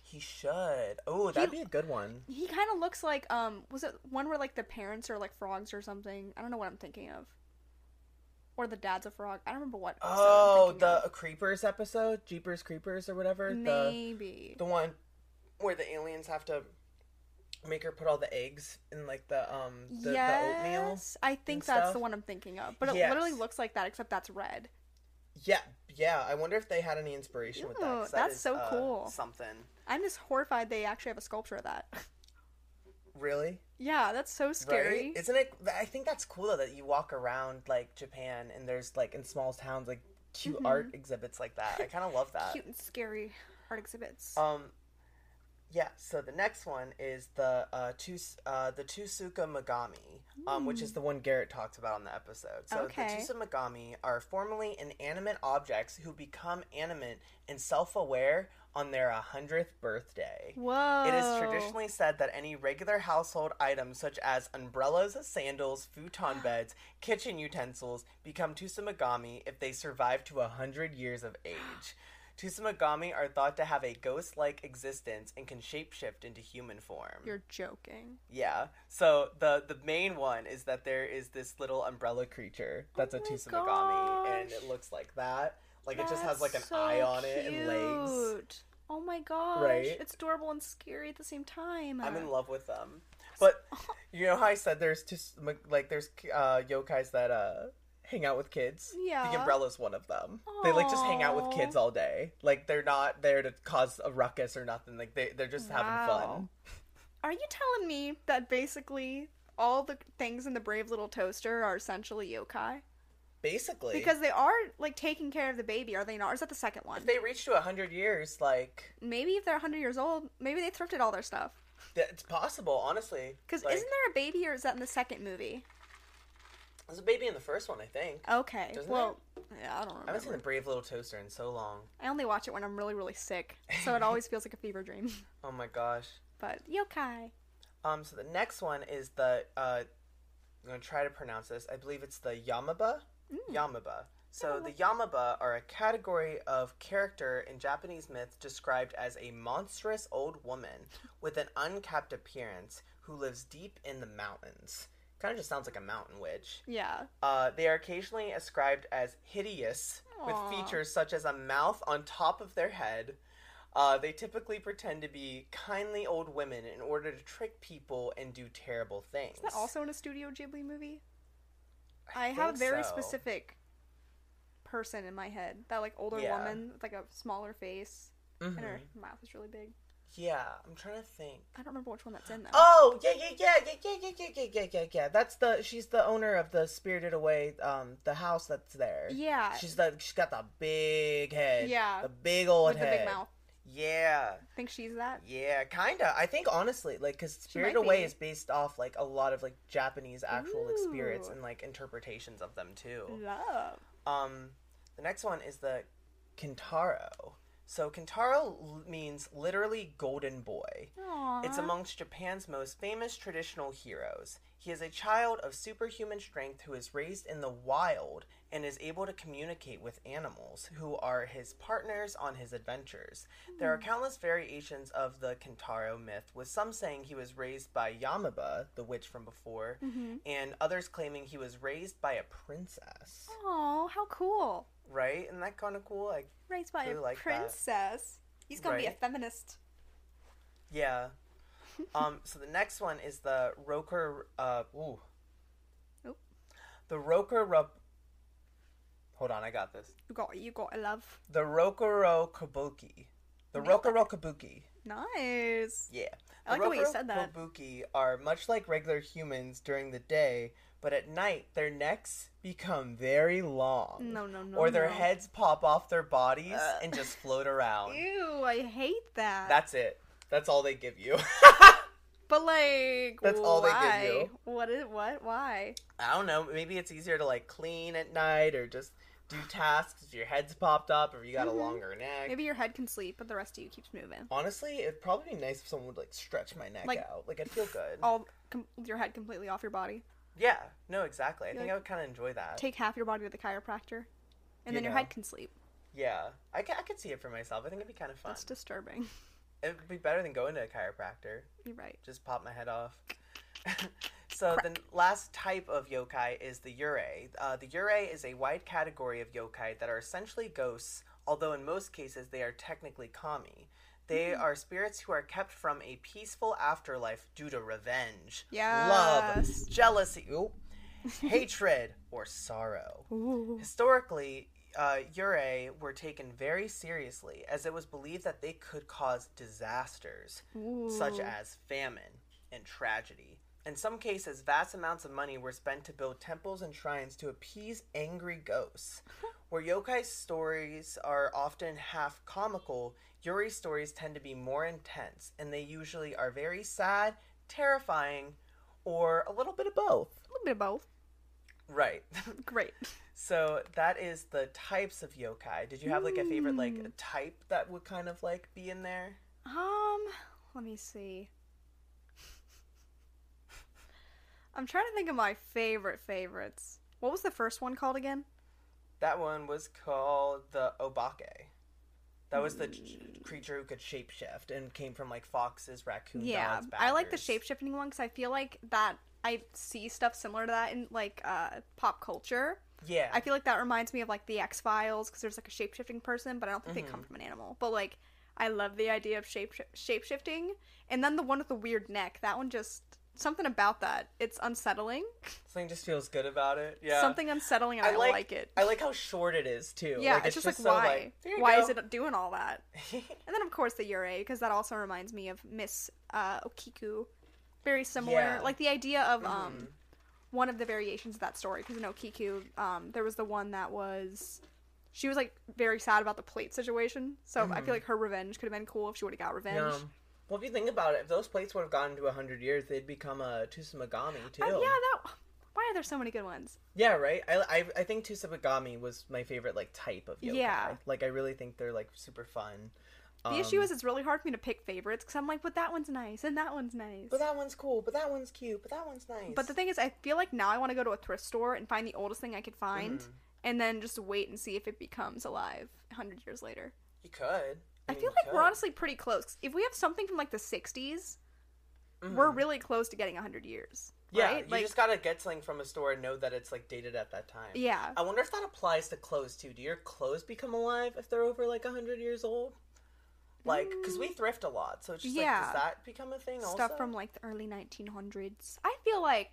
[SPEAKER 2] He should. Oh, that'd be a good one.
[SPEAKER 1] He kind of looks like um, was it one where like the parents are like frogs or something? I don't know what I'm thinking of. Or the dad's a frog. I don't remember what. episode I'm
[SPEAKER 2] Oh,
[SPEAKER 1] thinking
[SPEAKER 2] the
[SPEAKER 1] of.
[SPEAKER 2] Creepers episode, Jeepers Creepers or whatever. The
[SPEAKER 1] maybe.
[SPEAKER 2] The one where the aliens have to make her put all the eggs in like the um the, the oatmeal.
[SPEAKER 1] yes, I think that's
[SPEAKER 2] stuff?
[SPEAKER 1] the one I'm thinking of. But it
[SPEAKER 2] Yes.
[SPEAKER 1] literally looks like that, except that's red.
[SPEAKER 2] Yeah, yeah. I wonder if they had any inspiration with that. 'cause
[SPEAKER 1] Ew,
[SPEAKER 2] that
[SPEAKER 1] that's
[SPEAKER 2] is,
[SPEAKER 1] so
[SPEAKER 2] uh,
[SPEAKER 1] cool.
[SPEAKER 2] Something
[SPEAKER 1] I'm just horrified they actually have a sculpture of that.
[SPEAKER 2] really
[SPEAKER 1] yeah, that's so scary.
[SPEAKER 2] Right? Isn't it? I think that's cool though that you walk around like Japan and there's like in small towns like cute art exhibits like that. I kind of love that.
[SPEAKER 1] Mm-hmm. Cute and scary art exhibits.
[SPEAKER 2] Um, yeah. So the next one is the uh, Tus- uh the Tusuka Megami, um, which is the one Garrett talked about on the episode. So
[SPEAKER 1] Mm. Okay.
[SPEAKER 2] the Tusuka Megami are formerly inanimate objects who become animate and self-aware on their hundredth birthday.
[SPEAKER 1] Whoa.
[SPEAKER 2] It is traditionally said that any regular household items such as umbrellas, sandals, futon beds, kitchen utensils become Tsusumagami if they survive to 100 years of age. Tsusumagami are thought to have a ghost like existence and can shapeshift into human form.
[SPEAKER 1] You're joking.
[SPEAKER 2] Yeah. So the the main one is that there is this little umbrella creature that's a
[SPEAKER 1] Oh my
[SPEAKER 2] Tsusumagami and
[SPEAKER 1] gosh.
[SPEAKER 2] it looks like that. Like it just
[SPEAKER 1] That's
[SPEAKER 2] has like an
[SPEAKER 1] so
[SPEAKER 2] eye on it and legs.
[SPEAKER 1] cute. Oh my gosh.
[SPEAKER 2] Right?
[SPEAKER 1] It's adorable and scary at the same time.
[SPEAKER 2] I'm in love with them. But you know how I said there's just like there's uh, yokais that uh, hang out with kids. the
[SPEAKER 1] Yeah.
[SPEAKER 2] umbrella's one of them. They like just hang out with
[SPEAKER 1] Aw.
[SPEAKER 2] kids all day. Like they're not there to cause a ruckus or nothing. Like they they're just having fun.
[SPEAKER 1] Wow. Are you telling me that basically all the things in the Brave Little Toaster are essentially yokai?
[SPEAKER 2] Basically,
[SPEAKER 1] Because they are like taking care of the baby, are they not? Or is that the second
[SPEAKER 2] if
[SPEAKER 1] one?
[SPEAKER 2] they reach to hundred years, like
[SPEAKER 1] Maybe if they're 100 years old, maybe they thrifted all their stuff.
[SPEAKER 2] that's possible. Honestly,
[SPEAKER 1] Because
[SPEAKER 2] Like,
[SPEAKER 1] isn't there a baby, or is that in the second movie?
[SPEAKER 2] there's a baby in the first one? I think.
[SPEAKER 1] Okay.
[SPEAKER 2] Doesn't
[SPEAKER 1] well, yeah, I don't
[SPEAKER 2] I haven't seen
[SPEAKER 1] remember.
[SPEAKER 2] the Brave Little Toaster in so long.
[SPEAKER 1] I only watch it when I'm really, really sick, so it always feels like a fever dream.
[SPEAKER 2] Oh my gosh.
[SPEAKER 1] But yokai.
[SPEAKER 2] Um, so the next one is the uh, I'm gonna try to pronounce this. I believe it's the Yamaba.
[SPEAKER 1] Mm. Hmm.
[SPEAKER 2] Yamaba. So the Yamaba are a category of character in Japanese myth described as a monstrous old woman with an uncapped appearance who lives deep in the mountains. Kind of just sounds like a mountain witch.
[SPEAKER 1] Yeah.
[SPEAKER 2] Uh, they are occasionally ascribed as hideous,
[SPEAKER 1] Aw.
[SPEAKER 2] with features such as a mouth on top of their head. Uh, they typically pretend to be kindly old women in order to trick people and do terrible things.
[SPEAKER 1] Is that also in a Studio Ghibli movie? I,
[SPEAKER 2] think
[SPEAKER 1] have a very
[SPEAKER 2] so.
[SPEAKER 1] specific person in my head. That like older
[SPEAKER 2] Yeah.
[SPEAKER 1] woman with like a smaller face
[SPEAKER 2] Mhm.
[SPEAKER 1] and her mouth is really big.
[SPEAKER 2] Yeah, I'm trying to think.
[SPEAKER 1] I don't remember which one that's in though.
[SPEAKER 2] Oh, yeah, yeah, yeah, yeah, yeah, yeah, yeah, yeah, yeah, yeah, yeah. That's the she's the owner of the Spirited Away, um, the house that's there.
[SPEAKER 1] yeah.
[SPEAKER 2] She's the she's got the big head.
[SPEAKER 1] Yeah.
[SPEAKER 2] the big old
[SPEAKER 1] with the
[SPEAKER 2] head.
[SPEAKER 1] big mouth.
[SPEAKER 2] Yeah.
[SPEAKER 1] Think she's that?
[SPEAKER 2] Yeah, kinda. I think honestly, like, because Spirit
[SPEAKER 1] might
[SPEAKER 2] Away
[SPEAKER 1] be.
[SPEAKER 2] is based off like a lot of like Japanese actual like spirits
[SPEAKER 1] Ooh.
[SPEAKER 2] and like interpretations of them too.
[SPEAKER 1] Love.
[SPEAKER 2] Um, the next one is the Kintaro. So Kintaro l- means literally golden boy.
[SPEAKER 1] Aww.
[SPEAKER 2] It's amongst Japan's most famous traditional heroes. He is a child of superhuman strength who is raised in the wild and is able to communicate with animals, who are his partners on his adventures. There are countless variations of the Kintaro myth, with some saying he was raised by Yamaba, the witch from before, and others claiming he was raised by a princess.
[SPEAKER 1] Oh. Aw, how cool.
[SPEAKER 2] Right? Isn't that kind of cool? Like,
[SPEAKER 1] Raised by
[SPEAKER 2] Really
[SPEAKER 1] a
[SPEAKER 2] like that.
[SPEAKER 1] princess. He's gonna be a
[SPEAKER 2] Right?
[SPEAKER 1] feminist.
[SPEAKER 2] Yeah. Um. so the next one is the Roker. Uh. Ooh. The Rokoro. Hold on, I got this.
[SPEAKER 1] You got you got a love.
[SPEAKER 2] The Rokoro Kabuki. The Rokoro Kabuki.
[SPEAKER 1] Nice.
[SPEAKER 2] Yeah.
[SPEAKER 1] I like the way you said that.
[SPEAKER 2] Kabuki are much like regular humans during the day, but at night their necks become very long.
[SPEAKER 1] No, no, no,
[SPEAKER 2] Or their
[SPEAKER 1] no.
[SPEAKER 2] heads pop off their bodies
[SPEAKER 1] Uh.
[SPEAKER 2] and just float around.
[SPEAKER 1] Ew, I hate that.
[SPEAKER 2] That's it. That's all they give you.
[SPEAKER 1] but like
[SPEAKER 2] That's all they give
[SPEAKER 1] why?
[SPEAKER 2] you.
[SPEAKER 1] What is what? Why?
[SPEAKER 2] I don't know. Maybe it's easier to like clean at night or just do tasks if your head's popped up or you got
[SPEAKER 1] Mhm.
[SPEAKER 2] a longer neck.
[SPEAKER 1] Maybe your head can sleep, but the rest of you keeps moving.
[SPEAKER 2] Honestly, it'd probably be nice if someone would like stretch my neck
[SPEAKER 1] Like- Oh.
[SPEAKER 2] out. Like I'd feel good.
[SPEAKER 1] All com- your head completely off your body.
[SPEAKER 2] Yeah. No, exactly. I
[SPEAKER 1] You're
[SPEAKER 2] think
[SPEAKER 1] like-
[SPEAKER 2] I would kind of enjoy that.
[SPEAKER 1] Take half your body to the chiropractor, and
[SPEAKER 2] You
[SPEAKER 1] then your
[SPEAKER 2] know.
[SPEAKER 1] head can sleep.
[SPEAKER 2] yeah. I, ca- I could see it for myself. I think it'd be kind of fun.
[SPEAKER 1] That's disturbing.
[SPEAKER 2] It would be better than going to a chiropractor.
[SPEAKER 1] You're right.
[SPEAKER 2] Just pop my head off. so the last type of yokai is the yurei. Uh, the yurei is a wide category of yokai that are essentially ghosts, although in most cases they are technically kami. They are spirits who are kept from a peaceful afterlife due to revenge,
[SPEAKER 1] Yes.
[SPEAKER 2] love, jealousy, ooh, hatred, or sorrow.
[SPEAKER 1] Ooh.
[SPEAKER 2] Historically, uh, yurei were taken very seriously, as it was believed that they could cause disasters, such
[SPEAKER 1] Ooh.
[SPEAKER 2] as famine and tragedy. In some cases, vast amounts of money were spent to build temples and shrines to appease angry ghosts. Where yokai stories are often half comical, yuri stories tend to be more intense, and they usually are very sad, terrifying, or a little bit of both.
[SPEAKER 1] a little bit of both.
[SPEAKER 2] Right.
[SPEAKER 1] Great.
[SPEAKER 2] So that is the types of yokai. Did you have like a favorite like type that would kind of like be in there?
[SPEAKER 1] Um, let me see. I'm trying to think of my favorite favorites. What was the first one called again?
[SPEAKER 2] That one was called the obake. That was the ch-
[SPEAKER 1] Hmm.
[SPEAKER 2] creature who could shapeshift and came from like foxes, raccoons,
[SPEAKER 1] yeah,
[SPEAKER 2] dogs,
[SPEAKER 1] I like the
[SPEAKER 2] badgers.
[SPEAKER 1] shapeshifting one because I feel like that I see stuff similar to that in like uh pop culture.
[SPEAKER 2] Yeah,
[SPEAKER 1] I feel like that reminds me of like the X Files because there's like a shapeshifting person, but I don't think they come from an animal. But like, I love the idea of shape shapeshifting, and then the one with the weird neck. That one just something about that. It's unsettling.
[SPEAKER 2] something just feels good about it. Yeah,
[SPEAKER 1] Something unsettling, and I, like, it.
[SPEAKER 2] I like how short it is too.
[SPEAKER 1] Yeah,
[SPEAKER 2] like,
[SPEAKER 1] it's, just, like why?
[SPEAKER 2] there you
[SPEAKER 1] why
[SPEAKER 2] go.
[SPEAKER 1] is it doing all that? And then of course the Yurei, because that also reminds me of Miss uh, Okiku. Very similar,
[SPEAKER 2] Yeah. Mm-hmm.
[SPEAKER 1] like the idea of um, one of the variations of that story. Because in Okiku, um, there was the one that was she was like very sad about the plate situation. So I
[SPEAKER 2] Mm-hmm.
[SPEAKER 1] feel like her revenge could have been cool if she would have got revenge.
[SPEAKER 2] Yeah. Well, if you think about it, if those plates would have gotten to hundred years, they'd become a Tsusumagami too.
[SPEAKER 1] Uh, yeah, that. Why are there so many good ones?
[SPEAKER 2] Yeah, right. I I, I think Tsusabagami was my favorite like type of yokai.
[SPEAKER 1] Yeah.
[SPEAKER 2] Like I really think they're like super fun. Um,
[SPEAKER 1] The issue is it's really hard for me to pick favorites because I'm like, but that one's nice and that one's nice.
[SPEAKER 2] But that one's cool. But that one's cute. But that one's nice.
[SPEAKER 1] But the thing is, I feel like now I want to go to a thrift store and find the oldest thing I could find,
[SPEAKER 2] Mm-hmm.
[SPEAKER 1] and then just wait and see if it becomes alive hundred years later.
[SPEAKER 2] you could.
[SPEAKER 1] I
[SPEAKER 2] mean,
[SPEAKER 1] feel
[SPEAKER 2] you
[SPEAKER 1] like we're
[SPEAKER 2] could.
[SPEAKER 1] honestly pretty close. If we have something from like the '60s, we're really close to getting hundred years.
[SPEAKER 2] Mm-hmm. Yeah,
[SPEAKER 1] right?
[SPEAKER 2] you
[SPEAKER 1] like,
[SPEAKER 2] just gotta get something from a store and know that it's like dated at that time.
[SPEAKER 1] yeah.
[SPEAKER 2] I wonder if that applies to clothes too. Do your clothes become alive if they're over like hundred years old? Like, because we thrift a lot, so it's just like,
[SPEAKER 1] Mm. Yeah.
[SPEAKER 2] does that become a thing? also?
[SPEAKER 1] stuff from like the early 1900s. I feel like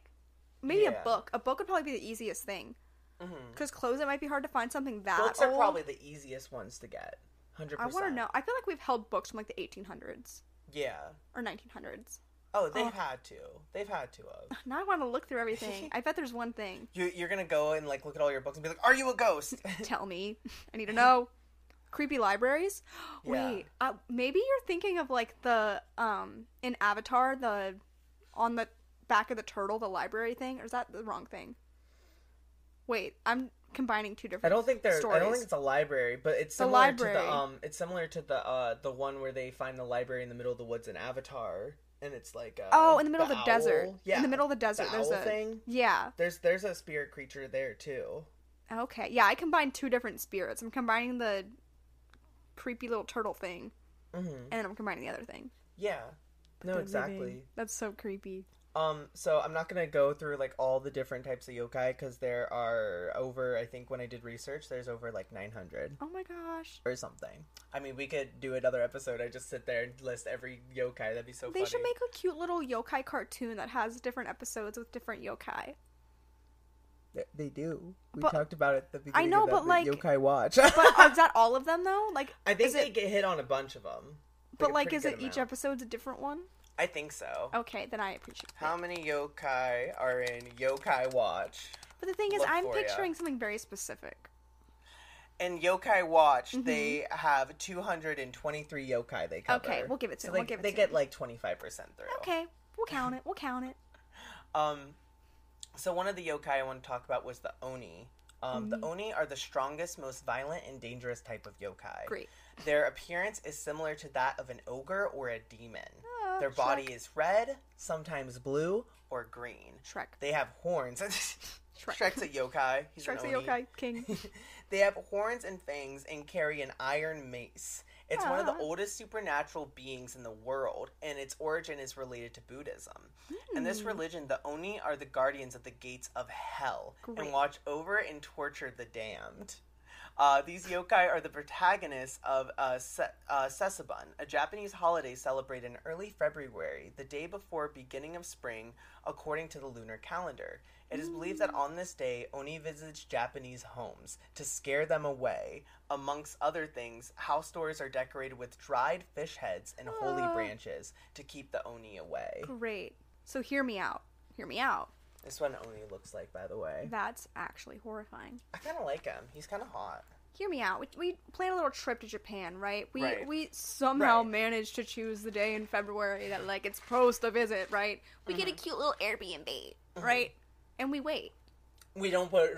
[SPEAKER 1] maybe
[SPEAKER 2] Yeah.
[SPEAKER 1] a book. A book would probably be the easiest thing
[SPEAKER 2] Mhm.
[SPEAKER 1] because clothes. It might be hard to find something that
[SPEAKER 2] books are
[SPEAKER 1] old.
[SPEAKER 2] probably the easiest ones to get. Hundred
[SPEAKER 1] I
[SPEAKER 2] percent.
[SPEAKER 1] want to know. I feel like we've held books from like the 1800s
[SPEAKER 2] Yeah.
[SPEAKER 1] or 1900s.
[SPEAKER 2] Oh, they've
[SPEAKER 1] Oh.
[SPEAKER 2] had to. They've had to of.
[SPEAKER 1] Now I want to look through everything. I bet there's one thing.
[SPEAKER 2] You, you're gonna go and like look at all your books and be like, "Are you a ghost?"
[SPEAKER 1] Tell me. I need to know. Creepy libraries? Wait, uh, maybe you're thinking of like the um in Avatar the on the back of the turtle the library thing, or is that the wrong thing? Wait, I'm combining two different.
[SPEAKER 2] I don't think they're. I don't
[SPEAKER 1] Stories.
[SPEAKER 2] think it's a library, but it's
[SPEAKER 1] The
[SPEAKER 2] similar to
[SPEAKER 1] library.
[SPEAKER 2] the um. It's similar to the uh the one where they find the library in the middle of the woods in Avatar, and it's like uh,
[SPEAKER 1] Oh, in the middle of the desert.
[SPEAKER 2] owl. Yeah,
[SPEAKER 1] in the middle of the desert.
[SPEAKER 2] the
[SPEAKER 1] there's
[SPEAKER 2] owl
[SPEAKER 1] a
[SPEAKER 2] thing.
[SPEAKER 1] yeah.
[SPEAKER 2] There's there's a spirit creature there too.
[SPEAKER 1] Okay, yeah. I combined two different spirits. I'm combining the creepy little turtle thing,
[SPEAKER 2] Mhm.
[SPEAKER 1] and then I'm combining the other thing.
[SPEAKER 2] Yeah. No,
[SPEAKER 1] They're
[SPEAKER 2] exactly.
[SPEAKER 1] living. That's so creepy.
[SPEAKER 2] Um, so I'm not gonna go through like all the different types of yokai because there are over. I think when I did research, there's over like 900.
[SPEAKER 1] Oh my gosh.
[SPEAKER 2] or something. I mean, we could do another episode. I just sit there and list every yokai. That'd be so
[SPEAKER 1] They
[SPEAKER 2] funny.
[SPEAKER 1] should make a cute little yokai cartoon that has different episodes with different yokai.
[SPEAKER 2] Th- They do. We
[SPEAKER 1] But-
[SPEAKER 2] talked about it at the beginning.
[SPEAKER 1] know,
[SPEAKER 2] of
[SPEAKER 1] but,
[SPEAKER 2] the
[SPEAKER 1] like-
[SPEAKER 2] yokai watch.
[SPEAKER 1] But uh, is that all of them though? Like,
[SPEAKER 2] I think
[SPEAKER 1] is
[SPEAKER 2] they
[SPEAKER 1] it,
[SPEAKER 2] get hit on a bunch of them.
[SPEAKER 1] but like, is it each episode's a different one?
[SPEAKER 2] I think so.
[SPEAKER 1] Okay, then I appreciate that.
[SPEAKER 2] How many yokai are in Yokai Watch?
[SPEAKER 1] But the thing is,
[SPEAKER 2] Look
[SPEAKER 1] I'm
[SPEAKER 2] for ya.
[SPEAKER 1] picturing something very specific.
[SPEAKER 2] In Yokai Watch,
[SPEAKER 1] Mm-hmm.
[SPEAKER 2] they have 223 yokai they cover.
[SPEAKER 1] Okay, we'll give it to
[SPEAKER 2] so
[SPEAKER 1] them,
[SPEAKER 2] they,
[SPEAKER 1] we'll give it
[SPEAKER 2] they
[SPEAKER 1] to
[SPEAKER 2] get
[SPEAKER 1] them.
[SPEAKER 2] like 25% through.
[SPEAKER 1] Okay, we'll count it. We'll count it.
[SPEAKER 2] Um, so one of the yokai I want to talk about was the oni. Um,
[SPEAKER 1] Mm-hmm.
[SPEAKER 2] The oni are the strongest, most violent, and dangerous type of yokai.
[SPEAKER 1] Great.
[SPEAKER 2] Their appearance is similar to that of an ogre or a demon.
[SPEAKER 1] Ah,
[SPEAKER 2] Their body is red, sometimes blue, or green.
[SPEAKER 1] Shrek.
[SPEAKER 2] They have horns. Shrek's a yokai. He's an
[SPEAKER 1] Shrek's a
[SPEAKER 2] oni.
[SPEAKER 1] yokai king.
[SPEAKER 2] they have horns and fangs and carry an iron mace. It's one of the
[SPEAKER 1] Ah.
[SPEAKER 2] oldest supernatural beings in the world, and its origin is related to Buddhism. In
[SPEAKER 1] Hmm.
[SPEAKER 2] this religion, the Oni are the guardians of the gates of hell
[SPEAKER 1] Great.
[SPEAKER 2] and watch over and torture the damned. Uh, these yokai are the protagonists of uh, Se- uh, Sesabun, a Japanese holiday celebrated in early February, the day before beginning of spring, according to the lunar calendar. It is believed that on this day, Oni visits Japanese homes to scare them away. Amongst other things, house doors are decorated with dried fish heads and holy
[SPEAKER 1] Ah.
[SPEAKER 2] branches to keep the Oni away.
[SPEAKER 1] Great. So hear me out. Hear me out.
[SPEAKER 2] This one Oni looks like, by the way.
[SPEAKER 1] That's actually horrifying.
[SPEAKER 2] I kind of like him. He's kind of hot.
[SPEAKER 1] Hear me out. We, we plan a little trip to Japan, right? We
[SPEAKER 2] Right.
[SPEAKER 1] we somehow
[SPEAKER 2] Right.
[SPEAKER 1] managed to choose the day in February that like it's supposed to visit, right? We get a
[SPEAKER 2] Mm-hmm.
[SPEAKER 1] cute little Airbnb, right? And we wait.
[SPEAKER 2] We don't put.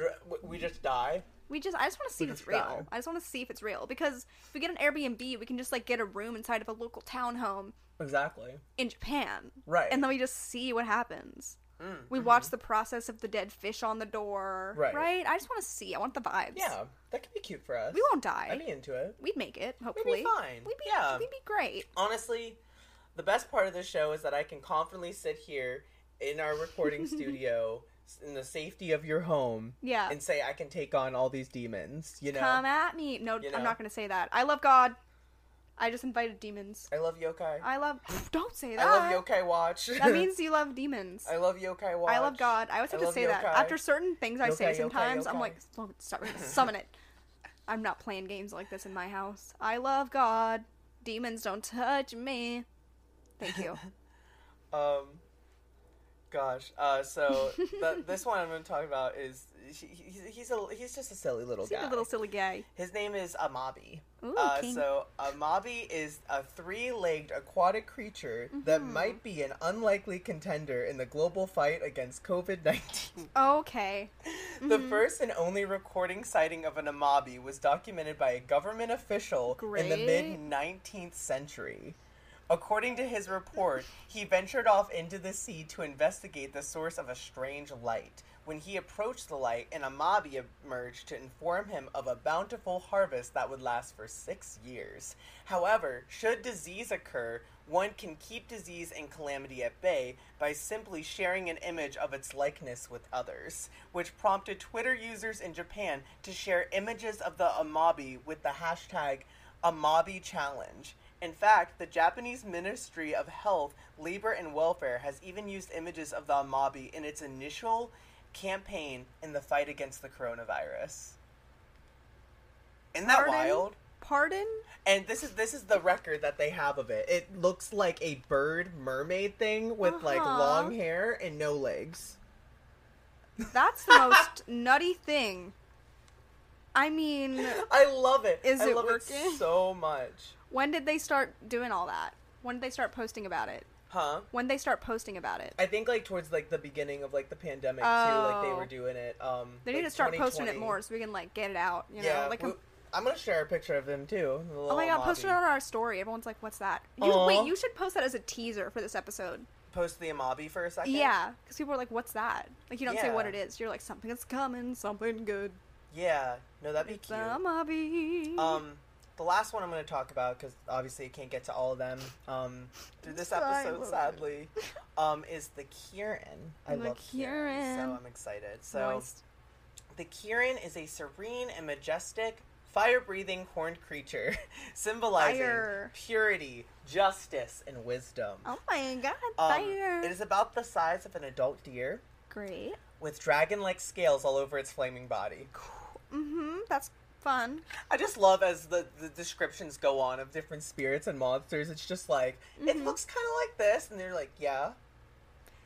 [SPEAKER 2] We just die.
[SPEAKER 1] We just I just want to see if it's
[SPEAKER 2] just die.
[SPEAKER 1] real. I just want to see if it's real because if we get an Airbnb, we can just like get a room inside of a local townhome
[SPEAKER 2] Exactly.
[SPEAKER 1] in Japan.
[SPEAKER 2] Right.
[SPEAKER 1] And then we just see what happens.
[SPEAKER 2] Mm-hmm.
[SPEAKER 1] We watch the process of the dead fish on the door.
[SPEAKER 2] Right.
[SPEAKER 1] Right? I just want to see. I want the vibes.
[SPEAKER 2] Yeah, that could be cute for us.
[SPEAKER 1] We won't die.
[SPEAKER 2] I'd be into it.
[SPEAKER 1] We'd make it, hopefully.
[SPEAKER 2] We'd be fine.
[SPEAKER 1] We'd be,
[SPEAKER 2] yeah.
[SPEAKER 1] we'd be great.
[SPEAKER 2] Honestly, the best part of the show is that I can confidently sit here in our recording studio in the safety of your home
[SPEAKER 1] Yeah.
[SPEAKER 2] and say I can take on all these demons. You know,
[SPEAKER 1] Come at me. No,
[SPEAKER 2] You
[SPEAKER 1] I'm
[SPEAKER 2] know.
[SPEAKER 1] not going to say that. I love God. I just invited demons.
[SPEAKER 2] I love yokai. I,
[SPEAKER 1] I love. Don't say that.
[SPEAKER 2] love yokai watch.
[SPEAKER 1] Oh That means you love demons.
[SPEAKER 2] I love yokai watch.
[SPEAKER 1] I love God. I always have
[SPEAKER 2] I
[SPEAKER 1] to
[SPEAKER 2] love
[SPEAKER 1] say that.
[SPEAKER 2] yokai.
[SPEAKER 1] After certain things I say
[SPEAKER 2] Yokai, yokai,
[SPEAKER 1] sometimes, I'm
[SPEAKER 2] yokai.
[SPEAKER 1] like, "Summon- summon- summon it. I'm not playing games like this in my house. I love God. Demons don't touch me. Thank you.
[SPEAKER 2] Oh, Um, gosh. Uh, so the, this one I'm going to talk about is he, he, he's a he's just a silly little
[SPEAKER 1] See
[SPEAKER 2] guy.
[SPEAKER 1] the little silly guy.
[SPEAKER 2] His name is Amabi.
[SPEAKER 1] Ooh,
[SPEAKER 2] uh,
[SPEAKER 1] king.
[SPEAKER 2] so Amabi is a three-legged aquatic creature that
[SPEAKER 1] Mm-hmm.
[SPEAKER 2] might be an unlikely contender in the global fight against COVID-19.
[SPEAKER 1] Okay. Mm-hmm.
[SPEAKER 2] The first and only recording sighting of an Amabi was documented by a government official in the
[SPEAKER 1] Great.
[SPEAKER 2] mid-19th century. According to his report, he ventured off into the sea to investigate the source of a strange light. When he approached the light, an Amabi emerged to inform him of a bountiful harvest that would last for six years. However, should disease occur, one can keep disease and calamity at bay by simply sharing an image of its likeness with others, which prompted Twitter users in Japan to share images of the Amabi with the hashtag Amabi Challenge. In fact, the Japanese Ministry of Health, Labor, and Welfare has even used images of the Amabi in its initial campaign in the fight against the coronavirus. Isn't that
[SPEAKER 1] Pardon?
[SPEAKER 2] wild?
[SPEAKER 1] Pardon?
[SPEAKER 2] And this is this is the record that they have of it. It looks like a bird mermaid thing with like
[SPEAKER 1] Uh-huh.
[SPEAKER 2] long hair and no legs.
[SPEAKER 1] That's the most nutty thing. I mean,
[SPEAKER 2] I love it.
[SPEAKER 1] Is
[SPEAKER 2] I
[SPEAKER 1] it
[SPEAKER 2] love
[SPEAKER 1] working?
[SPEAKER 2] so much?
[SPEAKER 1] when did they start doing all that? When did they start posting about it?
[SPEAKER 2] Huh?
[SPEAKER 1] When they start posting about it?
[SPEAKER 2] I think like towards like the beginning of like the pandemic too, like they
[SPEAKER 1] Oh.
[SPEAKER 2] were doing it. Um,
[SPEAKER 1] They
[SPEAKER 2] like,
[SPEAKER 1] need to start posting it
[SPEAKER 2] 2020.
[SPEAKER 1] more so we can like get it out. You know,
[SPEAKER 2] yeah,
[SPEAKER 1] like um,
[SPEAKER 2] we- I'm gonna share a picture of him too. the
[SPEAKER 1] Oh my
[SPEAKER 2] little
[SPEAKER 1] god, post it
[SPEAKER 2] Amabi.
[SPEAKER 1] on our story. Everyone's like, what's that? You,
[SPEAKER 2] Aw.
[SPEAKER 1] wait, you should post that as a teaser for this episode.
[SPEAKER 2] Post the Amabi for a second.
[SPEAKER 1] Yeah, because people are like, what's that? Like, you don't say what
[SPEAKER 2] Yeah.
[SPEAKER 1] it is. You're like, something's coming, something good.
[SPEAKER 2] Yeah. No, that'd be
[SPEAKER 1] It's
[SPEAKER 2] cute.
[SPEAKER 1] a mobby.
[SPEAKER 2] Um, the last one I'm going to talk about because obviously I can't get to all of them um, through this
[SPEAKER 1] Sorry,
[SPEAKER 2] episode,
[SPEAKER 1] Logan.
[SPEAKER 2] sadly. Um, is the Kieran. I
[SPEAKER 1] The
[SPEAKER 2] love Kieran, so
[SPEAKER 1] Kieran.
[SPEAKER 2] I'm excited. So
[SPEAKER 1] Moist.
[SPEAKER 2] the Kieran is a serene and majestic, fire-breathing horned creature, symbolizing
[SPEAKER 1] Fire.
[SPEAKER 2] purity, justice, and wisdom.
[SPEAKER 1] Oh my god,
[SPEAKER 2] Um,
[SPEAKER 1] fire.
[SPEAKER 2] It is about the size of an adult deer
[SPEAKER 1] Great.
[SPEAKER 2] with dragon-like scales all over its flaming body.
[SPEAKER 1] Mm-hmm. That's fun.
[SPEAKER 2] I just love as the, the descriptions go on of different spirits and monsters. It's just like it
[SPEAKER 1] Mhm.
[SPEAKER 2] looks kind of like this, and they're like, yeah,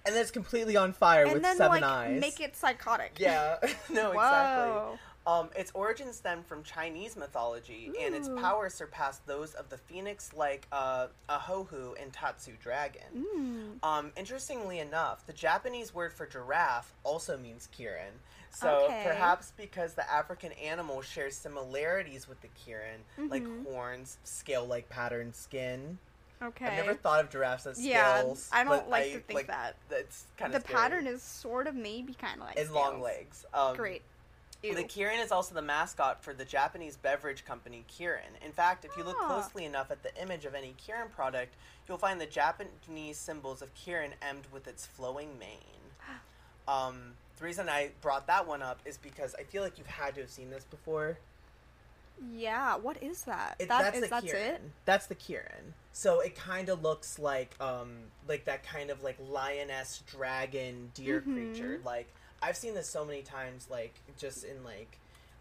[SPEAKER 2] and then it's completely on fire
[SPEAKER 1] and
[SPEAKER 2] with
[SPEAKER 1] then
[SPEAKER 2] seven
[SPEAKER 1] like
[SPEAKER 2] eyes.
[SPEAKER 1] make it psychotic.
[SPEAKER 2] yeah, no, exactly.
[SPEAKER 1] Whoa.
[SPEAKER 2] Um, its origins stem from Chinese mythology, and its
[SPEAKER 1] Ooh.
[SPEAKER 2] powers surpass those of the phoenix, like uh, a hohu and tatsu dragon.
[SPEAKER 1] Mm.
[SPEAKER 2] Um, interestingly enough, the Japanese word for giraffe also means Kirin. So
[SPEAKER 1] Okay.
[SPEAKER 2] perhaps because the African animal shares similarities with the Kirin, like
[SPEAKER 1] Mhm.
[SPEAKER 2] horns, scale-like pattern, skin.
[SPEAKER 1] Okay.
[SPEAKER 2] I've never thought of giraffes as
[SPEAKER 1] yeah,
[SPEAKER 2] scales.
[SPEAKER 1] I
[SPEAKER 2] but
[SPEAKER 1] don't like
[SPEAKER 2] I,
[SPEAKER 1] to think that.
[SPEAKER 2] That's kind
[SPEAKER 1] The
[SPEAKER 2] of
[SPEAKER 1] pattern is sort of maybe kind of like
[SPEAKER 2] is long
[SPEAKER 1] scales.
[SPEAKER 2] legs. Um,
[SPEAKER 1] Great. Ew.
[SPEAKER 2] The Kirin is also the mascot for the Japanese beverage company Kirin. In fact, if you look
[SPEAKER 1] Ah.
[SPEAKER 2] closely enough at the image of any Kirin product, you'll find the Japanese symbols of Kirin embled with its flowing mane. Um, the reason I brought that one up is because I feel like you've had to have seen this before.
[SPEAKER 1] yeah, what is that?
[SPEAKER 2] It-
[SPEAKER 1] that
[SPEAKER 2] that's
[SPEAKER 1] is
[SPEAKER 2] the
[SPEAKER 1] that's
[SPEAKER 2] Kirin.
[SPEAKER 1] it.
[SPEAKER 2] That's the Kirin. So it kind of looks like um like that kind of like lioness dragon deer
[SPEAKER 1] Mhm.
[SPEAKER 2] creature. Like I've seen this so many times, like just in like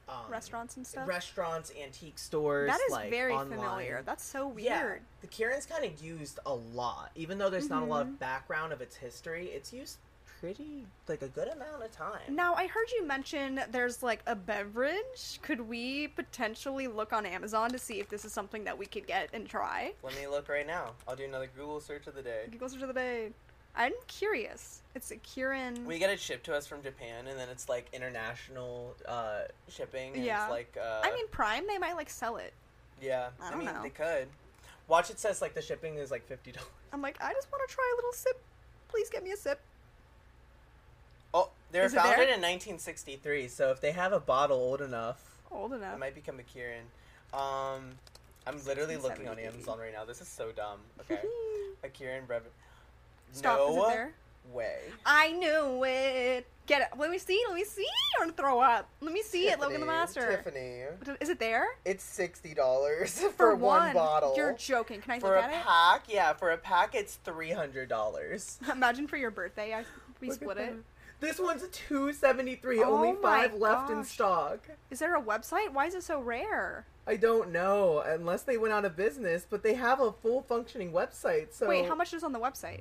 [SPEAKER 2] um,
[SPEAKER 1] Restaurants and stuff.
[SPEAKER 2] restaurants, antique stores.
[SPEAKER 1] that is
[SPEAKER 2] like,
[SPEAKER 1] very
[SPEAKER 2] online. Oh,
[SPEAKER 1] familiar. That's so
[SPEAKER 2] Yeah.
[SPEAKER 1] weird.
[SPEAKER 2] the Kirin's kind of used a lot, even though there's not a lot
[SPEAKER 1] Mm-hmm.
[SPEAKER 2] of background of its history. It's used pretty like a good amount of time.
[SPEAKER 1] Now, I heard you mention there's like a beverage. Could we potentially look on Amazon to see if this is something that we could get and try?
[SPEAKER 2] Let me look right now. I'll do another Google search of the day.
[SPEAKER 1] Get closer to the day. I'm curious. It's a Kirin.
[SPEAKER 2] We get it shipped to us from Japan, and then it's like international uh, shipping. And
[SPEAKER 1] Yeah.
[SPEAKER 2] It's like uh,
[SPEAKER 1] I mean, Prime, they might like sell it.
[SPEAKER 2] yeah.
[SPEAKER 1] I don't
[SPEAKER 2] mean,
[SPEAKER 1] know.
[SPEAKER 2] they could. Watch it says like the shipping is like fifty dollars.
[SPEAKER 1] I'm like, I just want to try a little sip. Please get me a sip.
[SPEAKER 2] Oh, they were
[SPEAKER 1] Is it there?
[SPEAKER 2] founded in 1963, so if they have a bottle old enough,
[SPEAKER 1] Old enough.
[SPEAKER 2] it might become a Kirin. Um, I'm literally looking on
[SPEAKER 1] 1670.
[SPEAKER 2] Amazon right now. This is so dumb. Okay, a Kirin brevet.
[SPEAKER 1] Stop.
[SPEAKER 2] No
[SPEAKER 1] Is it there?
[SPEAKER 2] way.
[SPEAKER 1] I knew it. Get it. Let me see. Let me see. I'm gonna throw up. Let me see it. Logan the
[SPEAKER 2] Tiffany,
[SPEAKER 1] Master.
[SPEAKER 2] Tiffany,
[SPEAKER 1] Is it there?
[SPEAKER 2] it's sixty dollars for,
[SPEAKER 1] You're joking. Can I
[SPEAKER 2] for
[SPEAKER 1] look
[SPEAKER 2] a
[SPEAKER 1] at it?
[SPEAKER 2] pack, yeah, for a pack it's three hundred dollars.
[SPEAKER 1] Imagine for your birthday, I, we
[SPEAKER 2] Look at
[SPEAKER 1] split it.
[SPEAKER 2] that. This one's two seventy three,
[SPEAKER 1] Oh
[SPEAKER 2] only
[SPEAKER 1] my
[SPEAKER 2] five left in
[SPEAKER 1] gosh.
[SPEAKER 2] stock.
[SPEAKER 1] Is there a website? Why is it so rare?
[SPEAKER 2] I don't know unless they went out of business, but they have a full functioning website. So
[SPEAKER 1] Wait, how much is on the website?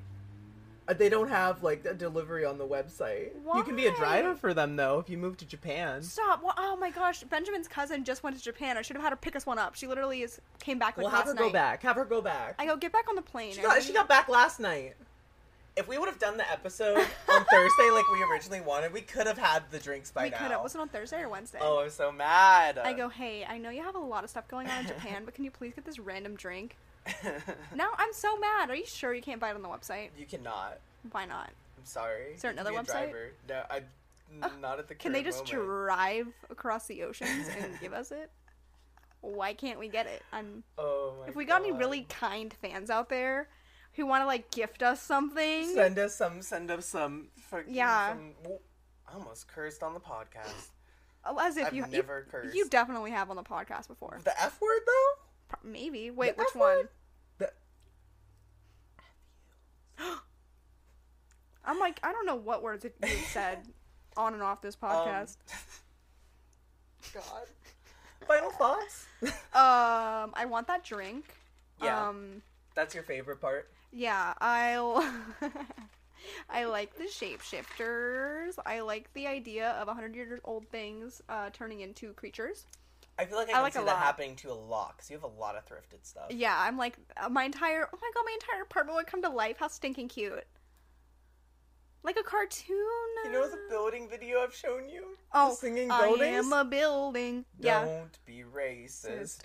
[SPEAKER 2] uh, They don't have like a delivery on the website. You can be a
[SPEAKER 1] Why?
[SPEAKER 2] driver for them though if you move to Japan.
[SPEAKER 1] Stop! Wha- Oh my gosh, Benjamin's cousin just went to Japan. I should have had her pick us one up. She literally is came back like
[SPEAKER 2] We'll
[SPEAKER 1] last
[SPEAKER 2] have her
[SPEAKER 1] night.
[SPEAKER 2] go back. Have her go back.
[SPEAKER 1] I go get back on the plane.
[SPEAKER 2] She got, she got back last night. If we would have done the episode on Thursday like we originally wanted, we could have had the drinks by
[SPEAKER 1] we
[SPEAKER 2] now.
[SPEAKER 1] could have. Was it on Thursday or Wednesday?
[SPEAKER 2] Oh, I'm so mad.
[SPEAKER 1] I go, hey, I know you have a lot of stuff going on in Japan, but can you please get this random drink? Now I'm so mad. Are you sure you can't buy it on the website?
[SPEAKER 2] you cannot.
[SPEAKER 1] Why not?
[SPEAKER 2] I'm sorry.
[SPEAKER 1] Is there
[SPEAKER 2] You have
[SPEAKER 1] another
[SPEAKER 2] to be a
[SPEAKER 1] website?
[SPEAKER 2] Driver. No, I. Not at the.
[SPEAKER 1] Can they
[SPEAKER 2] current
[SPEAKER 1] just
[SPEAKER 2] moment.
[SPEAKER 1] drive across the oceans and give us it? Why can't we get it? I'm
[SPEAKER 2] Oh my.
[SPEAKER 1] if we got any
[SPEAKER 2] God.
[SPEAKER 1] really kind fans out there who want to like gift us something,
[SPEAKER 2] Send us some. Send us some. For,
[SPEAKER 1] Yeah.
[SPEAKER 2] Some, I almost cursed on the podcast.
[SPEAKER 1] oh, as if
[SPEAKER 2] I've
[SPEAKER 1] you you-
[SPEAKER 2] never
[SPEAKER 1] you,
[SPEAKER 2] cursed.
[SPEAKER 1] definitely have on the podcast before.
[SPEAKER 2] The F word though.
[SPEAKER 1] Pro- Maybe wait,
[SPEAKER 2] The
[SPEAKER 1] which
[SPEAKER 2] F word?
[SPEAKER 1] one?
[SPEAKER 2] The.
[SPEAKER 1] I'm like I don't know what words it- you've said on and off this
[SPEAKER 2] um,
[SPEAKER 1] podcast.
[SPEAKER 2] God. Final thoughts.
[SPEAKER 1] Um, I want that drink.
[SPEAKER 2] Yeah.
[SPEAKER 1] Um,
[SPEAKER 2] That's your favorite part.
[SPEAKER 1] yeah, I'll. I like the shapeshifters. I like the idea of 100 year old things uh, turning into creatures.
[SPEAKER 2] I feel like I,
[SPEAKER 1] I
[SPEAKER 2] can
[SPEAKER 1] like
[SPEAKER 2] see
[SPEAKER 1] a
[SPEAKER 2] that
[SPEAKER 1] lot.
[SPEAKER 2] happening to a lot because you have a lot of thrifted stuff.
[SPEAKER 1] Yeah, I'm like uh, my entire oh my god, my entire apartment would come to life. How stinking cute! Like a cartoon.
[SPEAKER 2] You know the building video I've shown you?
[SPEAKER 1] oh,
[SPEAKER 2] the singing
[SPEAKER 1] I
[SPEAKER 2] buildings?
[SPEAKER 1] am a building. Yeah.
[SPEAKER 2] Don't be racist.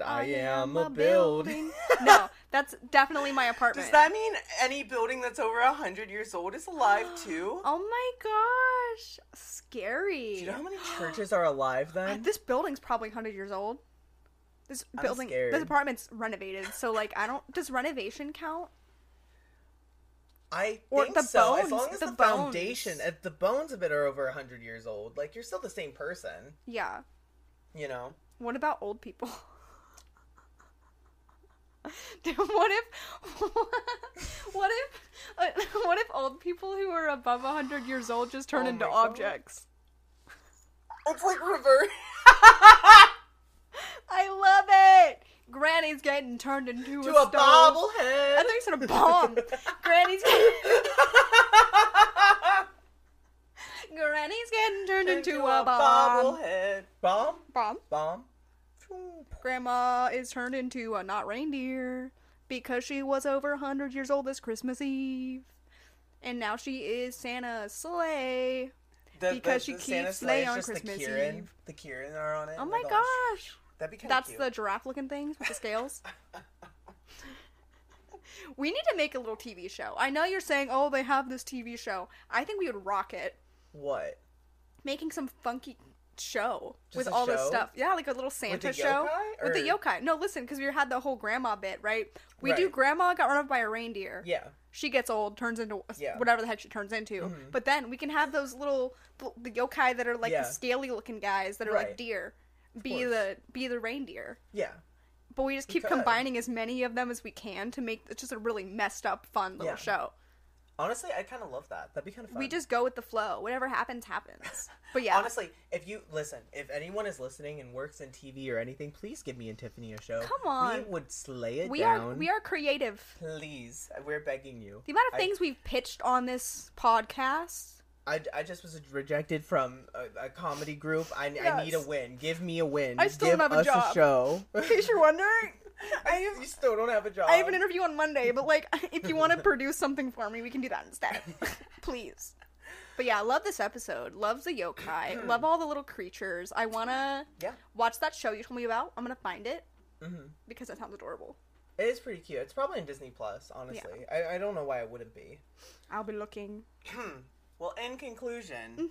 [SPEAKER 1] no, that's definitely my apartment.
[SPEAKER 2] Does that mean any building that's over a hundred years old is alive too?
[SPEAKER 1] Oh my gosh, scary.
[SPEAKER 2] Do you know how many churches are alive
[SPEAKER 1] Uh,
[SPEAKER 2] then?
[SPEAKER 1] this building's probably 100 years old. This
[SPEAKER 2] I'm
[SPEAKER 1] building,
[SPEAKER 2] scared.
[SPEAKER 1] this apartment's renovated, so like I don't. Does renovation count?
[SPEAKER 2] I
[SPEAKER 1] or
[SPEAKER 2] think
[SPEAKER 1] the
[SPEAKER 2] so.
[SPEAKER 1] bones,
[SPEAKER 2] as long as the,
[SPEAKER 1] the
[SPEAKER 2] foundation,
[SPEAKER 1] bones.
[SPEAKER 2] if the bones of it are over a hundred years old, like you're still the same person.
[SPEAKER 1] Yeah.
[SPEAKER 2] You know,
[SPEAKER 1] What about old people? Dude, what if, what if, uh, what if old old. People who are above 100 years old just turn
[SPEAKER 2] Oh
[SPEAKER 1] into
[SPEAKER 2] my God.
[SPEAKER 1] objects.
[SPEAKER 2] It's like reverse.
[SPEAKER 1] I love it. Granny's getting turned into
[SPEAKER 2] to
[SPEAKER 1] a,
[SPEAKER 2] a
[SPEAKER 1] stone. I
[SPEAKER 2] bobblehead.
[SPEAKER 1] thought you said a bomb. Granny's getting, Granny's getting turned into, a, bomb.
[SPEAKER 2] bobblehead. Bomb?
[SPEAKER 1] Bomb.
[SPEAKER 2] Bomb?
[SPEAKER 1] Grandma is turned into a not reindeer because she was over 100 years old this Christmas Eve. And now she is Santa's sleigh.
[SPEAKER 2] The,
[SPEAKER 1] Because she
[SPEAKER 2] the Santa
[SPEAKER 1] keeps
[SPEAKER 2] sleigh
[SPEAKER 1] sleigh
[SPEAKER 2] is
[SPEAKER 1] on
[SPEAKER 2] just
[SPEAKER 1] Christmas
[SPEAKER 2] the Kieran.
[SPEAKER 1] Eve.
[SPEAKER 2] The Kieran are on it.
[SPEAKER 1] Oh my
[SPEAKER 2] gosh.
[SPEAKER 1] gosh.
[SPEAKER 2] That'd be kind
[SPEAKER 1] That's
[SPEAKER 2] of
[SPEAKER 1] the
[SPEAKER 2] cute.
[SPEAKER 1] giraffe looking things with the scales. we need to make a little TV show. I know you're saying, oh, they have this TV show. I think we would rock it.
[SPEAKER 2] What?
[SPEAKER 1] Making some funky show
[SPEAKER 2] Just
[SPEAKER 1] with
[SPEAKER 2] a
[SPEAKER 1] all this
[SPEAKER 2] show?
[SPEAKER 1] stuff. Yeah, like a little Santa
[SPEAKER 2] the
[SPEAKER 1] show.
[SPEAKER 2] yokai,
[SPEAKER 1] With the
[SPEAKER 2] or-
[SPEAKER 1] yokai. No, listen, because we had the whole grandma bit, right? We do
[SPEAKER 2] Right.
[SPEAKER 1] grandma got run over by a reindeer.
[SPEAKER 2] Yeah.
[SPEAKER 1] She gets old, turns into
[SPEAKER 2] Yeah.
[SPEAKER 1] whatever the heck she turns into.
[SPEAKER 2] Mhm.
[SPEAKER 1] But then we can have those little the yokai that are like
[SPEAKER 2] Yeah.
[SPEAKER 1] the scaly looking guys that are like
[SPEAKER 2] Right.
[SPEAKER 1] deer. Be
[SPEAKER 2] course.
[SPEAKER 1] the be the reindeer
[SPEAKER 2] Yeah.
[SPEAKER 1] but we just keep
[SPEAKER 2] could.
[SPEAKER 1] combining as many of them as we can to make it's just a really messed up fun little
[SPEAKER 2] Yeah.
[SPEAKER 1] show
[SPEAKER 2] Honestly, I kind of love that. That'd be kind of fun.
[SPEAKER 1] we just go with the flow whatever happens happens but yeah
[SPEAKER 2] Honestly, if you listen, if anyone is listening and works in TV or anything, please give me and Tiffany a show.
[SPEAKER 1] Come on.
[SPEAKER 2] we would slay it
[SPEAKER 1] we
[SPEAKER 2] down.
[SPEAKER 1] are we are creative
[SPEAKER 2] Please, we're begging you.
[SPEAKER 1] the amount of
[SPEAKER 2] I-
[SPEAKER 1] things we've pitched on this podcast
[SPEAKER 2] I, I just was rejected from a, a comedy group. I, I
[SPEAKER 1] Yes.
[SPEAKER 2] need a win. Give me a win.
[SPEAKER 1] I still
[SPEAKER 2] Give
[SPEAKER 1] don't have a
[SPEAKER 2] us
[SPEAKER 1] job.
[SPEAKER 2] a show.
[SPEAKER 1] in case you're wondering i
[SPEAKER 2] you
[SPEAKER 1] have
[SPEAKER 2] still don't have a job.
[SPEAKER 1] i have an interview on monday but like if you want to produce something for me we can do that instead please but yeah love this episode love the yokai love all the little creatures i wanna
[SPEAKER 2] Yeah.
[SPEAKER 1] watch that show you told me about i'm gonna find it
[SPEAKER 2] Mhm.
[SPEAKER 1] because that sounds adorable
[SPEAKER 2] It is pretty cute. It's probably in Disney Plus, honestly. I, I don't know why it wouldn't be.
[SPEAKER 1] I'll be looking.
[SPEAKER 2] Hmm. Well, in conclusion,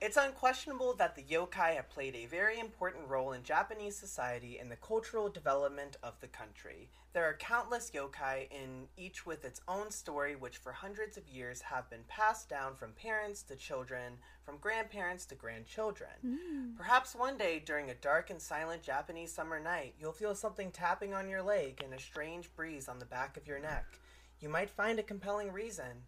[SPEAKER 2] it's unquestionable that the yokai have played a very important role in Japanese society and the cultural development of the country. There are countless yokai, in each with its own story, which for hundreds of years have been passed down from parents to children, from grandparents to grandchildren. Perhaps one day, during a dark and silent Japanese summer night, you'll feel something tapping on your leg and a strange breeze on the back of your neck. You might find a compelling reason.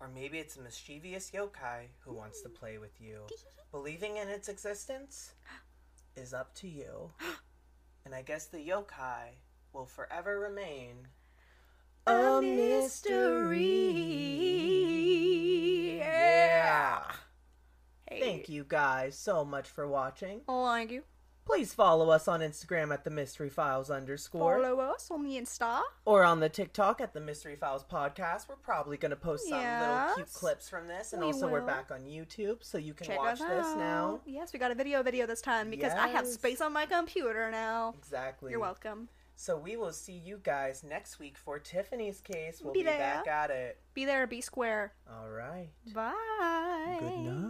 [SPEAKER 2] Or maybe it's a mischievous yokai who wants to play with you. Believing in its existence is up to you. And I guess the yokai will forever remain
[SPEAKER 1] A mystery.
[SPEAKER 2] Yeah.
[SPEAKER 1] Hey.
[SPEAKER 2] Thank you guys so much for watching.
[SPEAKER 1] Oh, thank you.
[SPEAKER 2] Please follow us on Instagram at the Mystery Files underscore
[SPEAKER 1] Follow us on the Insta.
[SPEAKER 2] or on the TikTok at the Mystery Files podcast. We're probably going to post some little cute
[SPEAKER 1] Yes.
[SPEAKER 2] clips from this. And
[SPEAKER 1] We
[SPEAKER 2] also, we're
[SPEAKER 1] will.
[SPEAKER 2] back on YouTube, so you can
[SPEAKER 1] Check
[SPEAKER 2] watch
[SPEAKER 1] us out.
[SPEAKER 2] this now.
[SPEAKER 1] Yes, we got a video video this time because I have
[SPEAKER 2] Yes.
[SPEAKER 1] space on my computer now.
[SPEAKER 2] Exactly.
[SPEAKER 1] You're welcome.
[SPEAKER 2] So we will see you guys next week for Tiffany's case. We'll
[SPEAKER 1] Be
[SPEAKER 2] be, back at it.
[SPEAKER 1] Be there, be square.
[SPEAKER 2] All right.
[SPEAKER 1] Bye.
[SPEAKER 2] Good night.